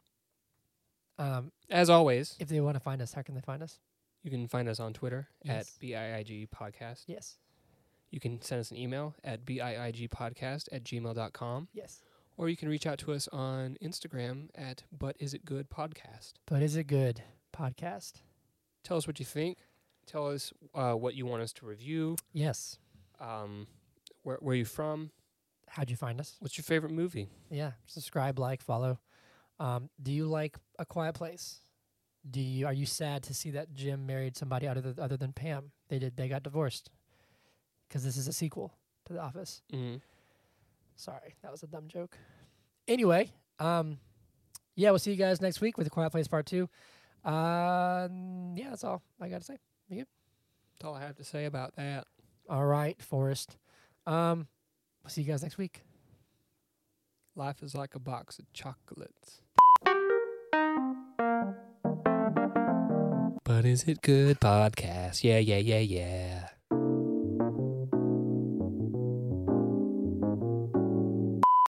Um,
As always,
if they want to find us, how can they find us?
you can find us on Twitter
Yes.
at BIIG Podcast.
Yes.
You can send us an email at biigpodcast at gmail.com.
Yes.
Or you can reach out to us on Instagram at But Is It Good Podcast.
But is it good podcast?
Tell us what you think. Tell us uh, what you want us to review.
Yes.
Um, where, where you from?
How'd you find us?
What's your favorite movie?
Yeah, subscribe, like, follow. Um, do you like A Quiet Place? Do you are you sad to see that Jim married somebody other than, other than Pam? They did. They got divorced. Because this is a sequel to The Office.
Mm-hmm.
Sorry, that was a dumb joke. Anyway, um, yeah, we'll see you guys next week with A Quiet Place Part Two. Uh, yeah, that's all I got to say.
That's all I have to say about that.
All right, Forrest. Um, we'll see you guys next week.
Life is like a box of chocolates. But is it good podcast? Yeah, yeah, yeah, yeah.